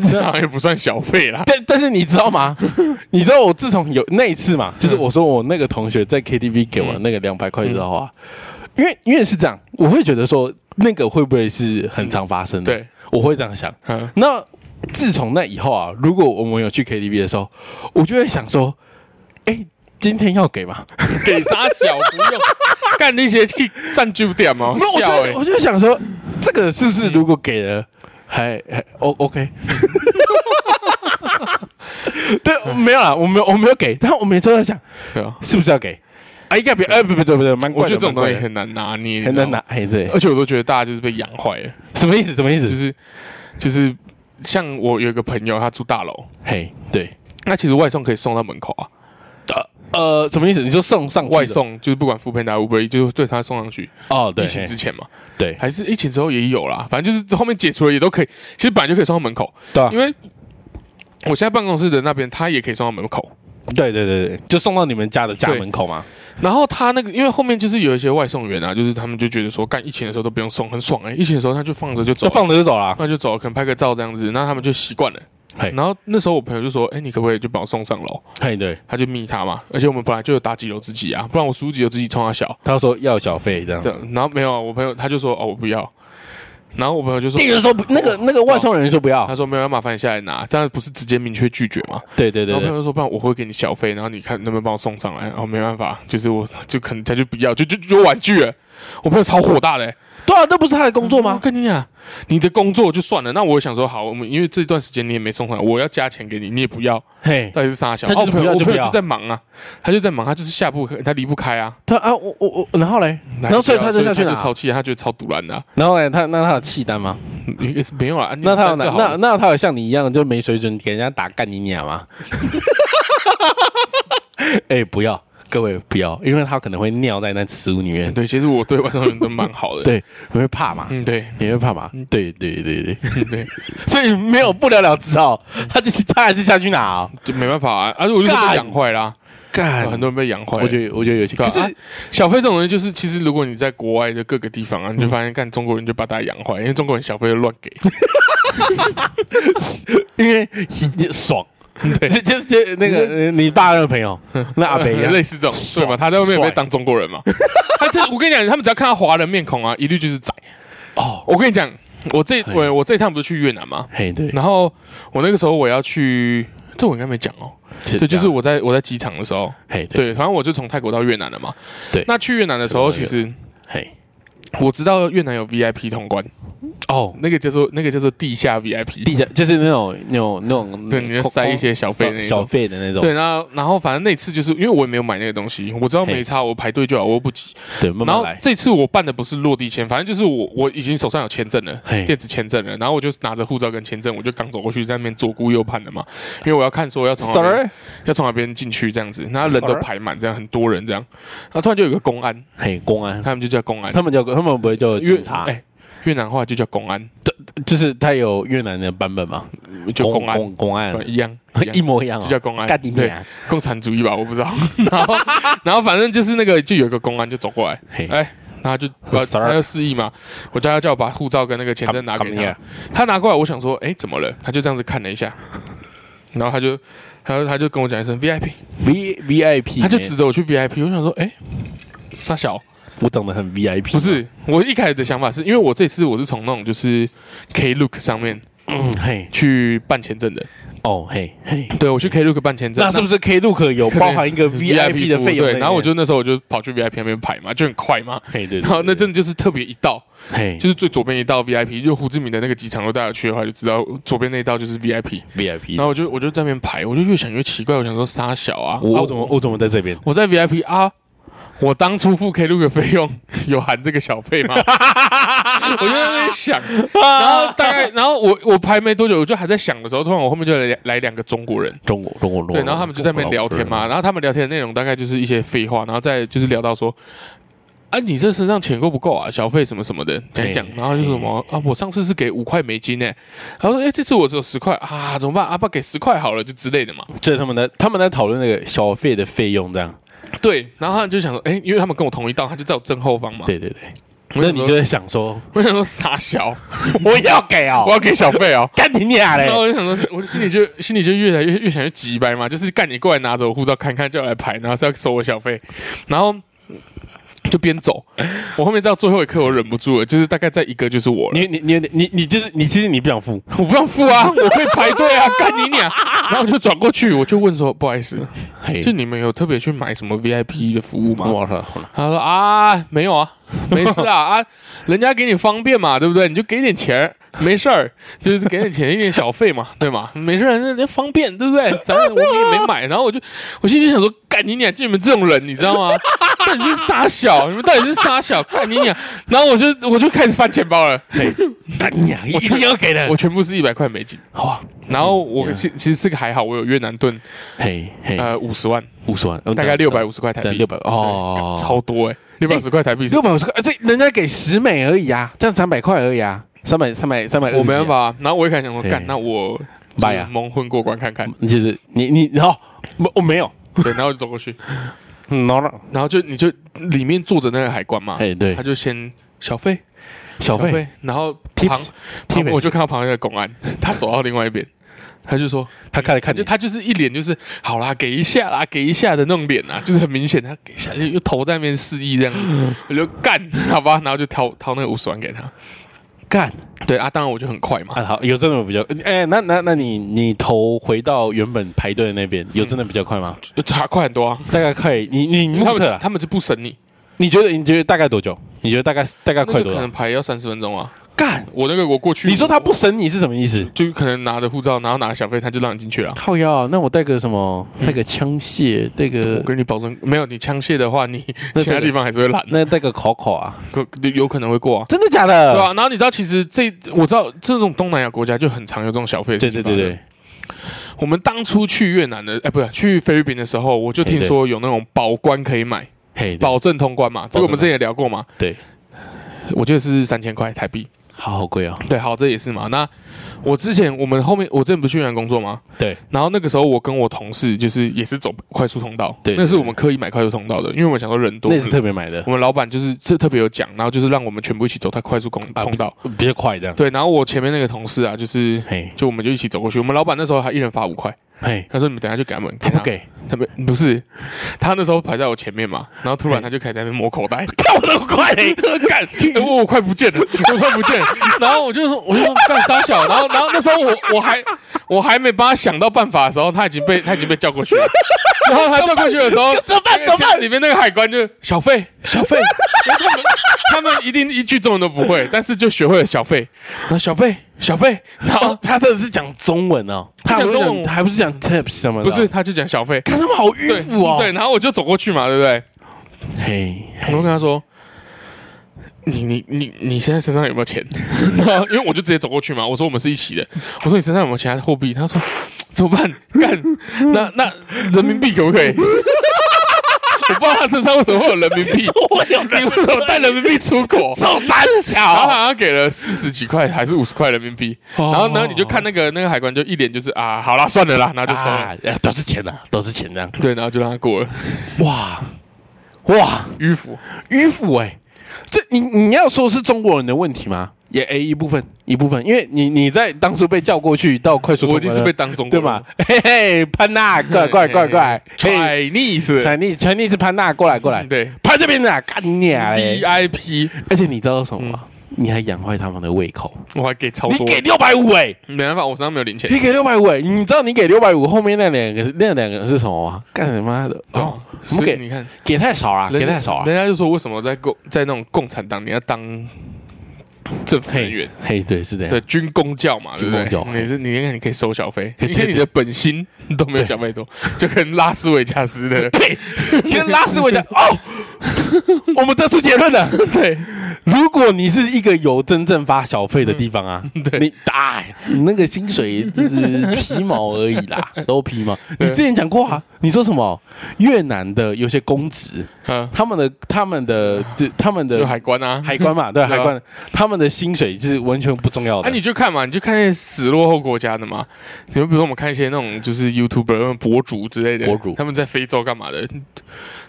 这好像也不算小费啦。但但是你知道吗？ 你知道我自从有那一次嘛，嗯就是我说我那个同学在 KTV 给我那个两百块之后啊，嗯因为因为是这样，我会觉得说那个会不会是很常发生的？对，我会这样想。嗯，那自从那以后啊，如果我们有去 KTV 的时候，我就会想说，哎、今天要给吗？给啥小 不用，干那些去占据点吗？那我笑嗯哎就，我就想说，这个是不是如果给了，还还 O OK？对，没有啦，我没有我没有给，但我每次都在想，对啊，是不是要给？啊，应该不要，哎，不不对不对，蛮我怪觉的，得这蛮种东怪西的很难拿捏，很难拿你，哎，对知道吗，，而且我都觉得大家就是被养坏了，什么意思？什么意就思？是就是像我有一个朋友，他住大楼，嘿，对，那其实外送可以送到门口啊，呃，什么意思？你说送上去的外送就是不管副配达 Uber Eats，就是对他送上去，哦，对疫，情之前嘛，对还是疫情之后也有啦，反正就是后面解除了也都可以，其实本来就可以送到门口，对啊因为我现在办公室的那边他也可以送到门口，对对对对，就送到你们家的家对门口嘛。然后他那个，因为后面就是有一些外送员啊，就是他们就觉得说，干疫情的时候都不用送，很爽哎、疫情的时候他就放着就走就了，放着就走了。那就走了，啊可能拍个照这样子，那他们就习惯了嘿。然后那时候我朋友就说，哎、你可不可以就帮我送上楼？嘿，对，他就密他嘛，而且我们本来就有打几楼自己啊，不然我叔几楼自己冲他小，他说要小费这样这。样然后没有啊，我朋友他就说，哦，我不要。然后我朋友就说店，员说不，那个那个外送人员说不要哦他。说没有，要麻烦你下来拿，但不是直接明确拒绝嘛。对对对然后朋对，友说，不然我会给你小费，然后你看能不能帮我送上来。然后没办法，就是我就可能他就不要，就就就婉拒了。我朋友超火大的、欸对啊，那不是他的工作我吗？跟你讲，你的工作就算了。那我想说，好，我们因为这段时间你也没送上来，我要加钱给你，你也不要，嘿，到底是啥小？他就是哦我朋不友要就我不朋友要就在忙啊，他就在忙，他就是下不他离不开啊。他啊，我我我，然后嘞，然后所以他就就下去就拿，超气，他觉得超堵然的啊、然后嘞，他那他有契丹吗？嗯也是没有啊。那他有但那是好那那他有像你一样就没水准给人家打干你娘吗？ 哎，不要，各位不要，因为他可能会尿在那食物里面，对，其实我对外送人都蛮好的。，对，你会怕嘛？嗯，对，你会怕嘛？对对对对，嗯对，所以没有不了了之哦，嗯他就是他还是下去拿哦，就没办法啊。而且我就是被干养坏啦，干很多人被养坏了。我觉得我觉得有些，可对啊是啊小费这种东西，就是其实如果你在国外的各个地嗯方啊，你就发现干中国人就把大家养坏，因为中国人小费就乱给，因为爽，对，就就就那个嗯呃你爸那个朋友，那啊阿北一 样类似这 种，对嘛？他在外面也被当中国人嘛？ 他这我跟你讲，他们只要看到华人面孔啊，一律就是宰。哦，我跟你讲，我这哎我我这一趟不是去越南吗？嘿对，然后我那个时候我要去，这我应该没讲哦。对，就是我在我在机场的时候，嘿啊对对，反正我就从泰国到越南了嘛。对那去越南的时候，其实嘿我知道越南有 VIP 通关，哦，那个叫做那个叫做地下 VIP。地下就是那种那种那种，对你就塞一些小费那种小费的那种，对，然后然后反正那次就是因为我也没有买那个东西，我知道嘿没差，我排队就好，我又不急。对，慢然慢后来，这次我办的不是落地签，反正就是我我已经手上有签证了嘿，电子签证了，然后我就拿着护照跟签证，我就刚走过去，在那边左顾右盼的嘛，因为我要看说要从哪边 Sorry，要从哪边进去这样子，然后人都 Sorry 排满，这样很多人这样，然后突然就有一个公安，嘿公安，他们就叫公安，他们叫他们不会叫越警察，哎越南话就叫公安，就是他有越南的版本嘛，就公安公公安对一样一样。模一样哦，就叫公安干你，对，娘， 共产主义吧，我不知道。 然后，然后反正就是那个，就有一个公安就走过来，嘿哎，然后他就呃， Sir 他就示意嘛，我叫他叫我把护照跟那个签证拿给 Come- come 他 here，他拿过来，我想说，哎，怎么了？他就这样子看了一下，然后他就，他就他就跟我讲一声 VIP， V V I P，他就指着我去 VIP，我想说，哎，傻小，我长得很 V I P，不，是，我一开始的想法是因为我这次我是从那种就是 Klook 上面嗯嘿去办签证的，哦嘿嘿，对我去 Klook 办签证，那是不是 K Look 有可能包含一个 V I P 的服务费用在里面？对，然后我就那时候我就跑去 VIP 那边排嘛，就很快嘛。嘿对，对然后那对真的就是特别一道，嘿就是最左边一道 VIP，就胡志明的那个机场，如果大家去的话就知道左边那一道就是 VIP。 V I P，然后我就我就在那边排，我就越想越奇怪，我想说沙小啊，我啊我怎么我怎么在这边？我在 VIP 啊？我当初付 K 路的费用 有含这个小费吗？ 我就在那边想， 然后大概，然后我我排没多久，我就还在想的时候，突然我后面就来来两个中国人，中国中国中国，对，然后他们就在那边聊天嘛，然后他们聊天的内容大概就是一些废话，然后再就是聊到说，啊，你这身上钱够不够啊？小费什么什么的，讲一讲，然后就什么啊，我上次是给五块美金呢、然后说，哎、这次我只有十块啊，怎么办？阿、爸给十块好了，就之类的嘛。这是他们在他们在讨论那个小费的费用这样。对，然后他们就想说，哎、因为他们跟我同一道，他就在我正后方嘛。对对对，那你就在想说，我想说傻小，我要给哦我，要给小费哦。干你俩嘞然！后我就想说，我心里就心里就越来越越想越急掰嘛，就是干你过来拿走我护照看看，就要来排，然后是要收我小费，然后就边走，我后面到最后一刻我忍不住了，就是大概在一个就是我了，你你你你你就是你，其实你不想付，我不想付啊，我可以排队啊，干你娘！ 嗯然后我就转过去，我就问说，不好意思，嘿就你们有特别去买什么 VIP 的服务吗？我操，他说啊，没 有啊，没事啊啊，人家给你方便嘛，对不对？你就给点钱儿，没事儿，就是给点钱，一点小费嘛， 对吗？没事儿，人家方便，对不对？咱我们也没买，然后我就我心里就想说，干你娘，就你们这种人，你知道吗？ 到底是傻小，你们到底是傻小，干你娘！然后我就我就开始翻钱包了，嘿，干你俩，一定要给的我。全部是一百块美金，哇，然后哎我其其实这个还好，我有越南盾，嘿嘿，呃，五十万，五十万，大概六百五十块台币，六百哦，超多哎、六百五十块台币是六百五十块，所以人家给十美而已啊，这样三百块而已啊，三百三百三百，我没办，法、啊。然后我一开始想说，对干，那我买哎啊蒙混过关看看。就是你你然后我我没有，对，然后我就走过去， no no，然后就你就里面坐着那个海关嘛，哎对他，就先小费小费，然后 Tips，旁 tips 旁我就看到旁边的公安，他走到另外一边。他就说，他看来看就就他就是一脸就是好啦，给一下啦，给一下的那种脸啊，就是很明显，他给一下就又头在那边示意这样， 我就干，好吧，然后就掏掏那个五十万给他。干对啊，当然我就很快嘛，啊，好，有真的比较，哎，那那那你你头回到原本排队的那边，有真的比较快吗？就他快很多啊，大概快，你你你他目测们啊，他们就不审你，你觉得你觉得大概多久？你觉得大概大概那快就多啊可少能？排要三十分钟啊。干，我那个我过去，你说他不审你是什么意思？就可能拿着护照，然后拿着小费，他就让你进去了。靠腰啊，那我带个什么？带个枪械，带我个跟你保证，没有你枪械的话，你 那其他这个地方还是会懒，那带个考考啊？可有可能会过啊。真的假的？对啊，然后你知道，其实这我知道这种东南亚国家就很常有这种小费。对对对对，，啊我们当初去越南的，哎，不是去菲律宾的时候，我就听说有那种保关可以买，嘿，哎对保证通关嘛，这个我们之前也聊过嘛。对，我记得是三千块台币。好好贵哦。对，好，这也是嘛。那我之前我们后面我之前不是去越南工作吗？对，然后那个时候我跟我同事就是也是走快速通道，对那是我们刻意买快速通道的，因为我们想说人多，那也是特别买的，我们老板就是这特别有讲，然后就是让我们全部一起走他快速通啊通道。比较快这样。对，然后我前面那个同事啊，就是嘿，就我们就一起走过去，我们老板那时候还一人发五块，嘿，他说你们等一下就给他们，啊他不， 给，他们不是，他那时候排在我前面嘛，然后突然他就开始在那边摸口袋，看我那么 快嘞，干，欸我我快不见了，我快不见了。然后我就说，我就说干傻小。然后然后那时候我我还我还没帮他想到办法的时候，他已经被他已经被叫过去了。然后他叫过去的时候，怎么 办那个怎么办家里面那个海关就小费小费，因为他们他们一定一句中文都不会，但是就学会了小费，然后小费小费，然后哦，他真的是讲中文哦，他还讲不是中文还不是讲 tips 什么的，啊不是，他就讲小费，看他们好迂对腐哦。对，，然后我就走过去嘛，对不对？嘿，我就跟他说：“你你你你现在身上有没有钱？” 然后因为我就直接走过去嘛，我说我们是一起的，我说你身上有没有其他货币？他说怎么办？干那那人民币可不可以？ 我不知道他身上为什么会有人民 币，我有你为什么带人民币出 国？手三然后他巧，好像给了四十几块还是五十块人民币，哦然后呢你就看那个那个海关就一脸就是啊，好啦，算了啦，然后就收了，啊，都是钱呐，都是钱这样。对，然后就让他过了，哇哇，迂腐。迂腐哎、这你你要说是中国人的问题吗？也 A 一部分一部分，因为你你在当初被叫过去到快速通我一关定的，是被当中对国人吗？？嘿嘿，潘娜，过来过来过来过来，嘿， ，Chinese 陈立陈立是潘娜，过来过来，对潘这边的啊干你啊嘞！ ，VIP 而且你知道什么吗？你还养坏他们的胃口，我还给超你多，给六百五哎，没办法，我身上没有零钱。你给六百五哎，你知道你给六百五后面那两个那两个人是什么吗？干他妈的哦哦，，我所们以给你看，给太少了，人给太少啊了，人家就说为什么在共在那种共产党你要当政府人员？嘿对是这样，对，军工教嘛，对军不对？工教你是你看，你可以收小费，对你看对你的本心都没有对小费多，就跟拉斯维加 斯的跟拉斯维加 哦，我们得出结论了。对，如果你是一个有真正发小费的地方啊，对你哎，你那个薪水就是皮毛 而已啦，都皮毛。你之前讲过啊，你说什么越南的有些公职，嗯，他们的他们的啊就他们就的海关啊，海关嘛，对对啊海关，他们的薪水是完全不重要啊，的。你就看嘛，你就看那些死落后国家的嘛。你就比如说我们看一些那种就是 YouTuber 那种博主之类的，博主他们在非洲干嘛的？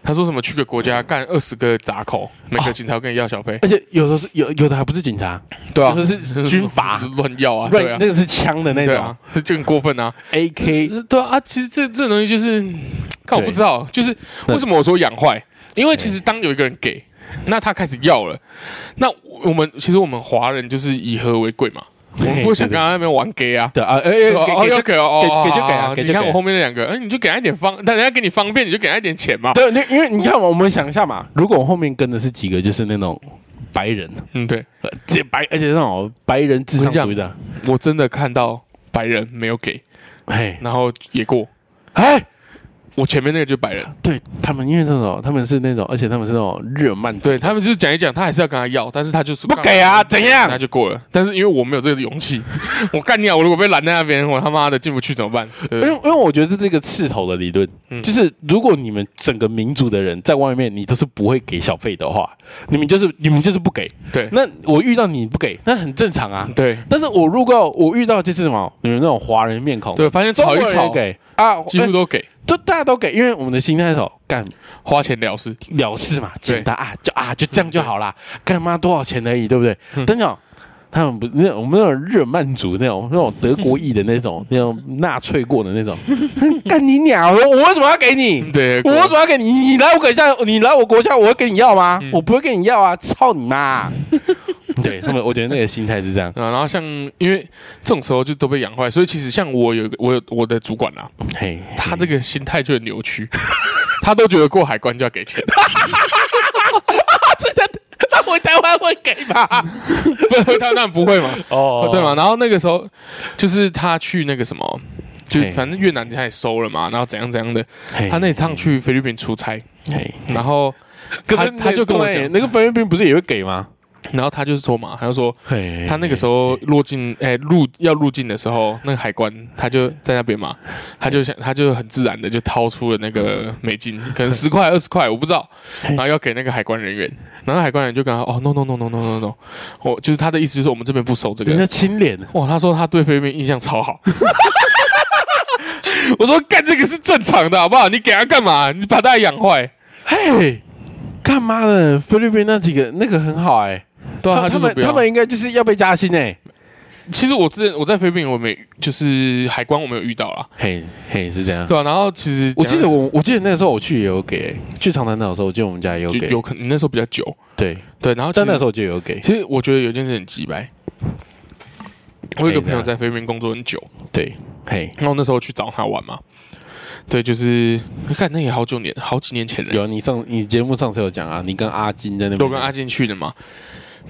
他说什么去个国家干二十个闸口，每哦个警察跟你要小费，而且有时候是有有的还不是警察，对啊有的哎 是军阀乱要啊，对乱啊，那个是枪的那对种啊，这就很过分啊。 AK，对啊，其实这这种东西就是，看我不知道，就是那为什么我说养坏，因为其实当有一个人给，那他开始要了，那我们其实我们华人就是以和为贵嘛，我们不会想跟他那边玩 gay 啊。对啊，哎哎哦哦给要给给哦，给哦给就给啊好好给就你看给我后面那两个，嗯，你就给他一点方，但人家给你方便，你就给他一点钱嘛。对，那因为你看嘛，我们想一下嘛，如果我后面跟的是几个就是那种白人，嗯，对，呃这白而且那种白人至上主义的，我真的看到白人没有给，哎然后也过，哎，我前面那个就是白人，对他们因为那种他们是那种，而且他们是那种日耳曼族，对他们就是讲一讲，他还是要跟他要，但是他就是不给啊，怎样那？就过了。但是因为我没有这个勇气， 我干你啊！我如果被拦在那边，我他妈的进不去怎么办？对不因为对？嗯因为我觉得是这个刺头的理论，就是如果你们整个民族的人在外面你都是不会给小费的话，你们就是你们就是不给。对嗯那我遇到你不给，那很正常啊。对但是我如果我遇到就是什么，你们那种华人面孔，对，发现中国吵一人也吵，给啊，几乎哎都给，就大家都给，因为我们的心态是哦干花钱了事。了事嘛，简单啊，就啊就这样就好啦，干妈多少钱而已，对不对？但讲他们不那种我们那种日耳曼族那种那种德国裔的那 种那种纳粹过的那种，干你鸟！我为什么要给你？对，我过为什么要给你？你来我国家，你来我国家，我会跟你要吗？我不会跟你要啊！操你妈！对他们，我觉得那个心态是这样。啊，然后像因为这种时候就都被养坏，所以其实像我有一个我有我的主管啊，嘿， 他这个心态就很扭曲， 他都觉得过海关就要给钱， 真的，他回台湾会给吧？不然他当然不会嘛， 哦对？嘛？然后那个时候就是他去那个什么，就嘿反正越南他也收了嘛，然后怎样怎样的，他他那那一趟去菲律宾出差，嗯然后他他他他就就跟跟我我讲，讲，那个菲律宾不是也会给吗？然后他就是说嘛，他就说嘿他那个时候落境，哎、入要入境的时候，那个海关他就在那边嘛，他就想他就很自然的就掏出了那个美 金，可能十块二十块，我不知道，哎然后要给那个海关人员，然后海关人就跟他哦 no no no no no no no，我就是他的意思就是我们这边不收这人家个。亲脸，哇，他说他对菲律宾印象超好。 我说干这个是正常的好不好？你给他干嘛？你把他养坏？嘿，干嘛的？菲律宾那几个那个很好哎、对他啊，就他说们不要他们应该就是要被加薪哎、其实我之我在菲律宾我没就是海关我没有遇到啦，嘿嘿，是这样。对啊，然后其实嗯我记讲得我我记得那个时候我去也有给、去长滩岛的时候，我记得我们家也有就给，有可能那时候比较久，对，对，然后其但实那时候就有给，其实我觉得有一件事很鸡掰，我有可一以个朋友这在菲律宾工作很久，对，嘿，然后那时候去找他玩嘛，对，就是看那也好久年好几年前了，有啊你上你节目上次有讲啊，你跟阿金在那边，都跟阿进去的嘛。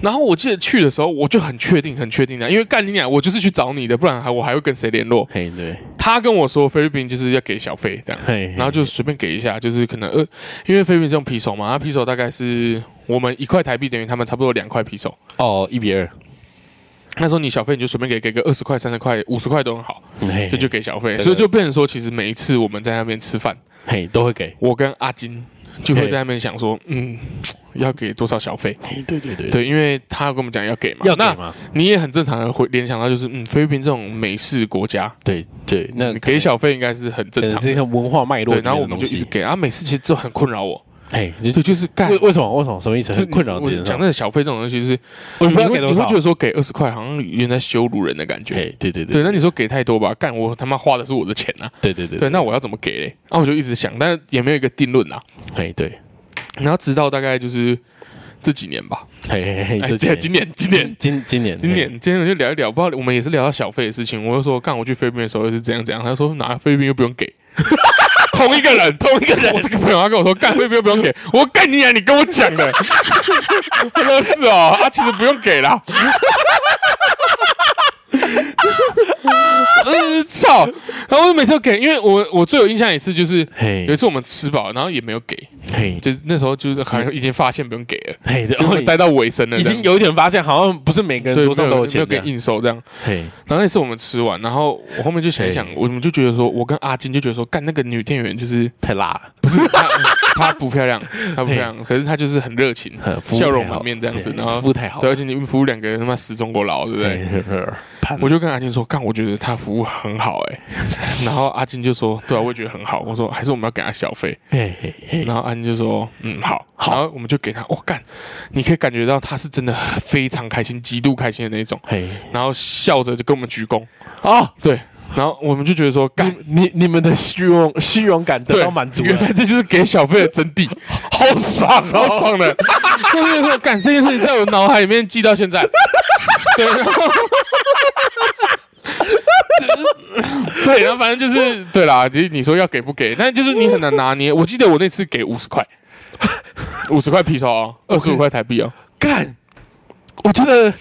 然后我记得去的时候，我就很确定，很确定的，因为干你俩，我就是去找你的，不然还我还会跟谁联络？嘿对，他跟我说菲律宾就是要给小费这样，嘿，然后就随便给一下，就是可能呃，因为菲律宾是用皮手嘛，他皮手大概是我们一块台币等于他们差不多两块皮手。哦一比二，那时候你小费你就随便给，给个二十块、三十块、五十块都很好，嘿这就给小费，对所以就变成说，其实每一次我们在那边吃饭，嘿都会给，我跟阿金就会对在那边想说，嗯，要给多少小费？嘿对对对对，因为他跟我们讲要给嘛，要给那吗？你也很正常的会联想到，就是嗯，菲律宾这种美式国家，对对，那你给小费应该是很可正能常是一的。个文化脉络对，里面的东西，然后我们就一直给啊，每次其实就很困扰我，嘿，对，就是干为。为什么为什么什么意思？就是很困扰我别人讲那个小费这种东西，就是我你不要会给你多会少觉？得说给二十块好像有点在羞辱人的感觉。哎，对对对，对那你说给太多吧？干，我他妈花的是我的钱呐、对对对对，那我要怎么给嘞？那、我就一直想，但是也没有一个定论呐、啊哎对，然后直到大概就是这几年吧，嘿嘿嘿，哎，这今年今年今今年今年今天我就聊一聊，不知道我们也是聊到小费的事情。我就说，干，我去菲律宾的时候是怎样怎样。他说，哪菲律宾又不用 给。同一个人，同一个人。我这个朋友他跟我说，干菲律宾又不用给。我说干你啊！你跟我讲的。他说是哦，他、其实不用给 啦。嗯，操！然后我每次都给，因为我我最有印象一次就是嘿有一次我们吃饱，然后也没有给，嘿，就是那时候就是好像已经发现不用给了，嘿，然后对哦待到尾声了已这样，经有一点发现，好像不是每个人对桌上没都有有没钱有给的。应手这样。嘿，然后那次我们吃完，然后我后面就想一想，嘿我们就觉得说，我跟阿金就觉得说，干那个女店员就是太辣了，不是 她，她不漂亮，她不漂亮，可是她就是很热情，呵服务笑容太好满面这样子，嘿然后服务太好对，了，而且你们服务两个人他妈死中国佬，对不对？嘿，呵呵盘我就跟阿金说，干，我觉得他服务很好 哎、然后阿金就说，对啊，我也觉得很好。我说，还是我们要给他小费。嘿嘿嘿，然后安就说：“嗯，好，好。”然后我们就给他，我、干，你可以感觉到他是真的非常开心，极度开心的那一种，嘿，然后笑着就跟我们鞠躬，哦，对。然后我们就觉得说，干，你你你们的虚荣虚荣感得对，到满足原了来，这就是给小费的真 谛，好爽，超爽的。就是说，干这件事情在我脑海里面记到现 在。对，然后。 对，然后反正就是对啦，就是你说要给不给，但就是你很难拿捏。我记得我那次给五十块，五十块皮条哦，二十五块台币哦。干，我觉得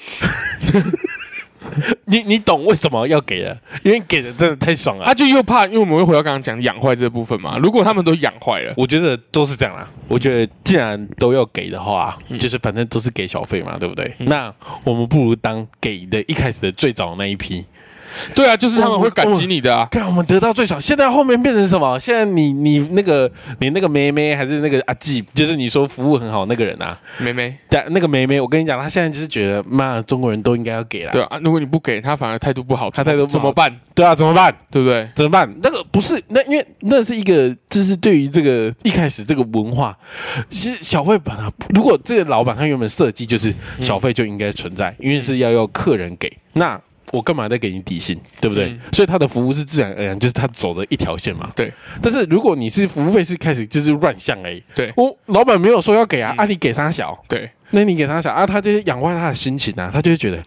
你你懂为什么要给了，因为给的真的太爽了。啊他就又怕，因为我们会回到刚刚讲养坏这部分嘛。如果他们都养坏了，我觉得都是这样啦。我觉得既然都要给的话，就是反正都是给小费嘛，对不对？那我们不如当给的一开始的最早的那一批，对啊，就是他们会感激你的啊。看我们得到最少。现在后面变成什么？现在你你那个你那个妹妹还是那个阿季，就是你说服务很好那个人啊，妹妹，但那个妹妹，我跟你讲，她现在就是觉得妈中国人都应该要给啦。对啊，如果你不给他，反而态度不好，她态度不好怎么办？对啊，怎么办？对不对？怎么办？那个不是那，因为那是一个，就是对于这个一开始这个文化，是小费本来如果这个老板他原本设计就是嗯小费就应该存在，因为是要要客人给，那我干嘛再给你底薪，对不对？嗯所以他的服务是自然而然，就是他走的一条线嘛。对。但是如果你是服务费是开始就是乱象而已，对我老板没有说要给啊，嗯啊你给他小，对，那你给他想啊，他就是养坏他的心情啊，他就会觉得，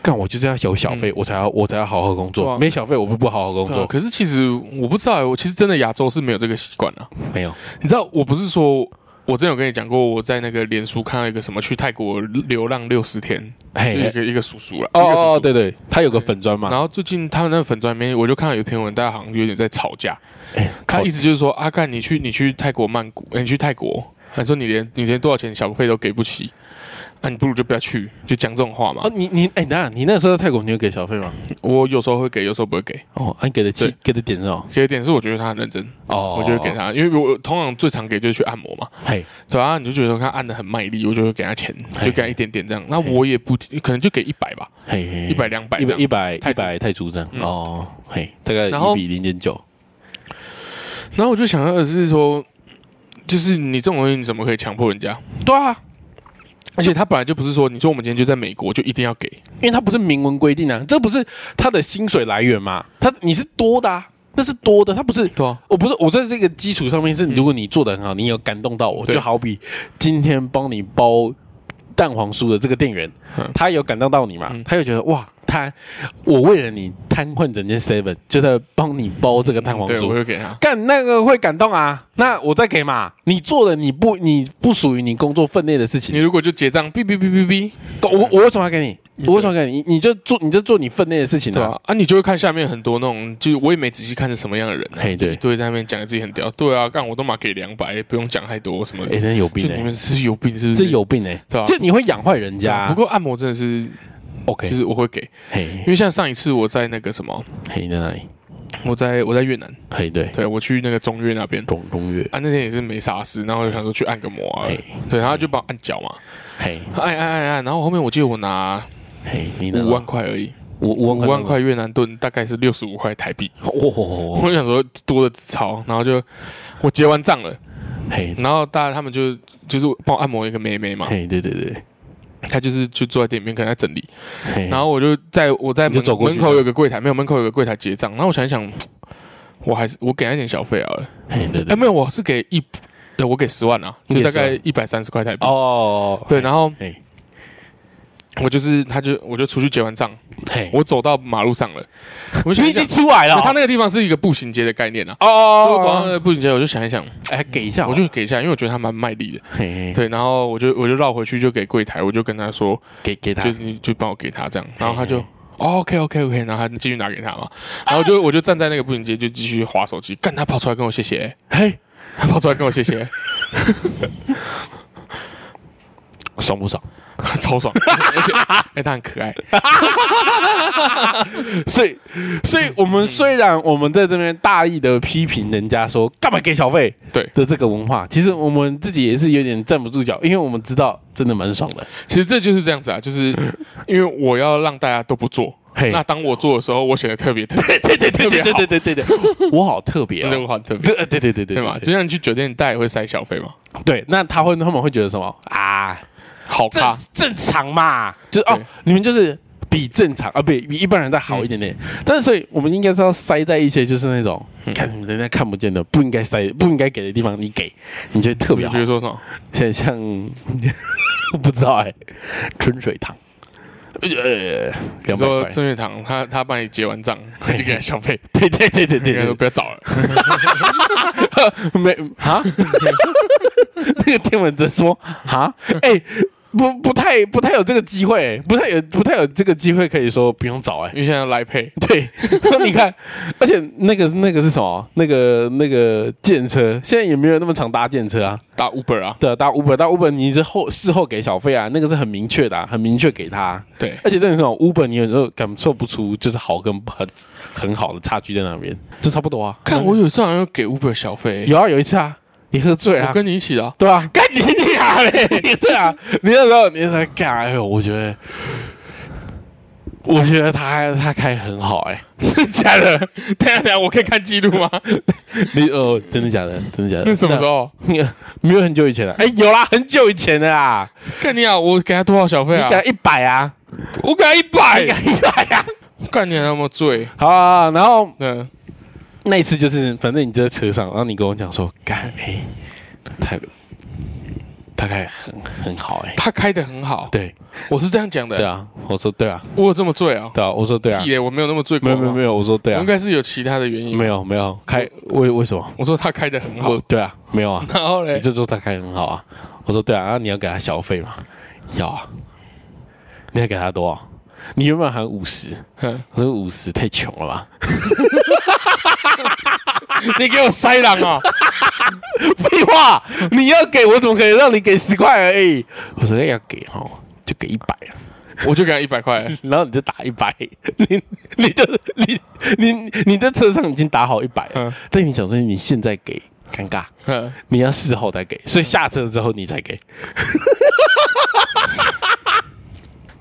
干我就是要有小费，我才要我才要好好工嗯对作，啊没小费我不不好好工对啊作，可是其实我不知道欸，我其实真的亚洲是没有这个习惯啊。没有，你知道，我不是说我真的有跟你讲过，我在那个脸书看到一个什么去泰国流浪六十天，就一嘿，个一个叔叔了，一个叔哦叔哦，。对对，他有个粉砖嘛，然后最近他们那个粉专里面，我就看到有一篇文，大家好像有点在吵架。哎他靠意思就是说，阿、啊、干，你去你去泰国曼谷，哎你去泰国，你说你连你连多少钱小费都给不起，那、你不如就不要去，就讲这种话嘛哦，。你你哎，等一下你那时候在泰国你有给小费吗？我有时候会给，有时候不会给。哦，啊你给的气对给的点是哦，给点是我觉得他很认真，哦，我就会给，他，因为我通常最常给就是去按摩嘛，嘿，对啊，你就觉得他按的很卖力，我就会给他钱，嘿就给他一点点这样。那我也不可能就给一百吧，嘿嘿，一百两百一这百样一百泰铢一百泰铢这样，嗯哦，嘿，大概然后一比零点九，然后我就想到的是说，就是你这种东西你怎么可以强迫人家？对啊，而且他本来就不是说，你说我们今天就在美国就一定要给，因为它不是明文规定啊，这不是他的薪水来源嘛，他你是多的啊，那是多的，他不是对啊，哦我不是，我在这个基础上面是，如果你做的很好，你有感动到我，嗯对就好比今天帮你包蛋黄酥的这个店员嗯，他有感动到你嘛嗯？他就觉得哇，他我为了你瘫痪整间 seven，就在帮你包这个蛋黄嗯对，我酥。会给他。干那个会感动啊！那我再给嘛。你做的你不你不属于你工作分内的事你情，如果就结账，哔哔哔哔哔，我我为什么要给你？我为什么要给你？你你就做你就做你分内的事情对啊。啊，啊，你就会看下面很多那种，就是我也没仔细看是什么样的人、啊，嘿，对，就会在那边讲自己很屌，对啊，干我都嘛给两百，不用讲太多什么的哎，，真有就病你哎，们是有病是不是？这有病哎对啊，就你会养坏人对啊家。不过按摩真的是，就 OK，是我会给，嘿因，为像上一次我在那个什么，嘿，在哪里？我在我在越南，嘿，对，对我去那个中越那边。中中越，啊，那天也是没啥事，然后我就想说去按个摩啊嘿，对，然后就帮我按脚嘛，嘿，按按按按，然后后面我记得我拿嘿，你呢？五万，块而已，五五五万万，块越南盾大概是六十五块台币，哦，我想说多的超，然后就我结完账了，嗯嘿，然后大家他们就就是帮我按摩一个妹妹嘛，嘿，对对对，她就是就坐在店里面可能在整理，嘿然后我就在我在你就门走过去门口有个柜台，没有门口有个柜台结账，然后我想一想，我还是我给她一点小费啊，嘿，对哎对，没有，我是给一，对我给十万啊，嗯你给就大概10一百三十块台币，哦，对，然后嘿，我就是，他就我就出去结完账，嘿，我走到马 路上了，我就你想已一想经，出来了，他那个地方是一个步行街的概念啊。所以我走到那哦，个步行街，我就想一想，哎，给一下，我就给一下，因为我觉得他蛮卖力的。嘿，对，然后我就我就绕回去就给柜台，我就跟他说，给给他就，是你就帮我给他这样，然后他就哦 OK OK OK，然后他继续拿给他嘛，然后就 我就站在那个步行街就继续划手机，干他跑出来跟我谢谢、欸 嘿，他跑出来跟我谢谢、欸 爽不爽？超爽，而且哎、欸他很可爱，所以，所以我们虽然我们在这边大力的批评人家说干嘛给小费，对的这个文化，其实我们自己也是有点站不住脚，因为我们知道真的蛮爽的。其实这就是这样子 啊，就是因为我要让大家都不做，嘿那当我做的时候，我显得特别特别对对对别对好对对对对对，我好特别对哦。我很特别对，呃对对对对对嘛？就像你去酒店，大家也会塞小费嘛，对，那他会他们会觉得什么啊？好正咖，正常嘛，就是哦对，你们就是比正常啊，比比一般人再好一点点。但是所以我们应该是要塞在一些就是那种看人家看不见的，不应该塞不应该给的地方，你给，你觉得特别好比如。说什么？像像我不知道哎、春水堂，呃，你两百说块，郑月堂他他帮你结完账，你就给他小费，对对对对应该对说不要找了，对， 没啊，那个天文哲说啊，哎、不不太不太有这个机会、哎不太有不太有这个机会可以说不用找哎、因为现在来配，对， 你看，而且那个那个是什么？那个那个电车，现在也没有那么常搭电车啊。打 Uber 啊，对啊，搭 Uber，搭 Uber，你是后事后给小费啊，那个是很明确的、啊，很明确给他啊、对，而且这种 Uber，你有时候感受不出就是好跟不很很好的差距在那边，就差不多啊。看我有时候好像给 Uber 小费，有啊，有一次啊，你喝醉我啊，跟你一 起的啊，对啊，干你俩嘞！ 对啊，你那时候你那时候干，哎呦，我觉得，我觉得他他开很好哎、假的？等一下等一下，我可以看记录 吗？你哦，真的假的？真的假的？那什么时候？那？没有很久以前了、哎、有啦，很久以前的啦，看你啊，我给他多少小费啊你？敢一百啊？我给他一你百，敢一百啊？干你还那么醉？好啊，然后嗯，那一次就是，反正你就在车上，然后你跟我讲说，干哎、他大概很很好哎、他开的很好，对我是这样讲对的，啊，我说对啊，我有这么醉啊？对啊，我说对啊屁，嘞，我没有那么醉过，没有没有没有，有，我说对啊我应，该是有其他的原因。没有没有，开为为什么？我说他开的很好我，对啊，没有 啊，然后你嘞，就说他开很好啊，我说对啊，然后你要给他小费嘛，要啊，你要给他多少？你原本喊五十，哼我说五十太穷了吧？ 你给我塞狼啊！ 废话，你要给我怎么可能让你给十块而已？我说哎要给哈，就给一百啊。我就给他一百块， 然后你就打一百，你你就你你你在车上已经打好一百了，嗯但你想说你现在给尴尬，哼你要事后再给，所以下车之后你才给。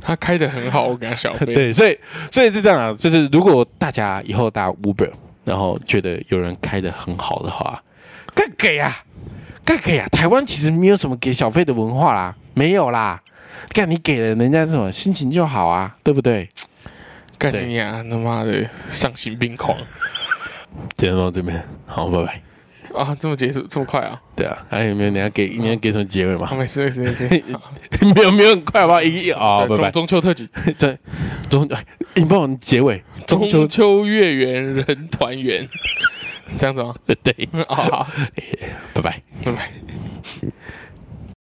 他开的很好，我给他小费。对，所以所以是这样啊，就是如果大家以后搭 Uber，然后觉得有人开的很好的话，该给啊，该给啊！台湾其实没有什么给小费的文化啦，没有啦。看你给了人家什么心情就好啊，对不对？干对你啊！他妈的丧心病狂今天到这边，好，拜拜。啊！这么结束这么快啊？对啊，还有没有你要给你要给什么结尾吗啊，？没事没事没 事。好没有没有很快吧，一个啊，拜对中拜。中秋特辑，对，中哎你帮我们结尾，中秋中秋月圆人团圆， 这样子吗？ 哦对，啊，好好拜拜。拜拜。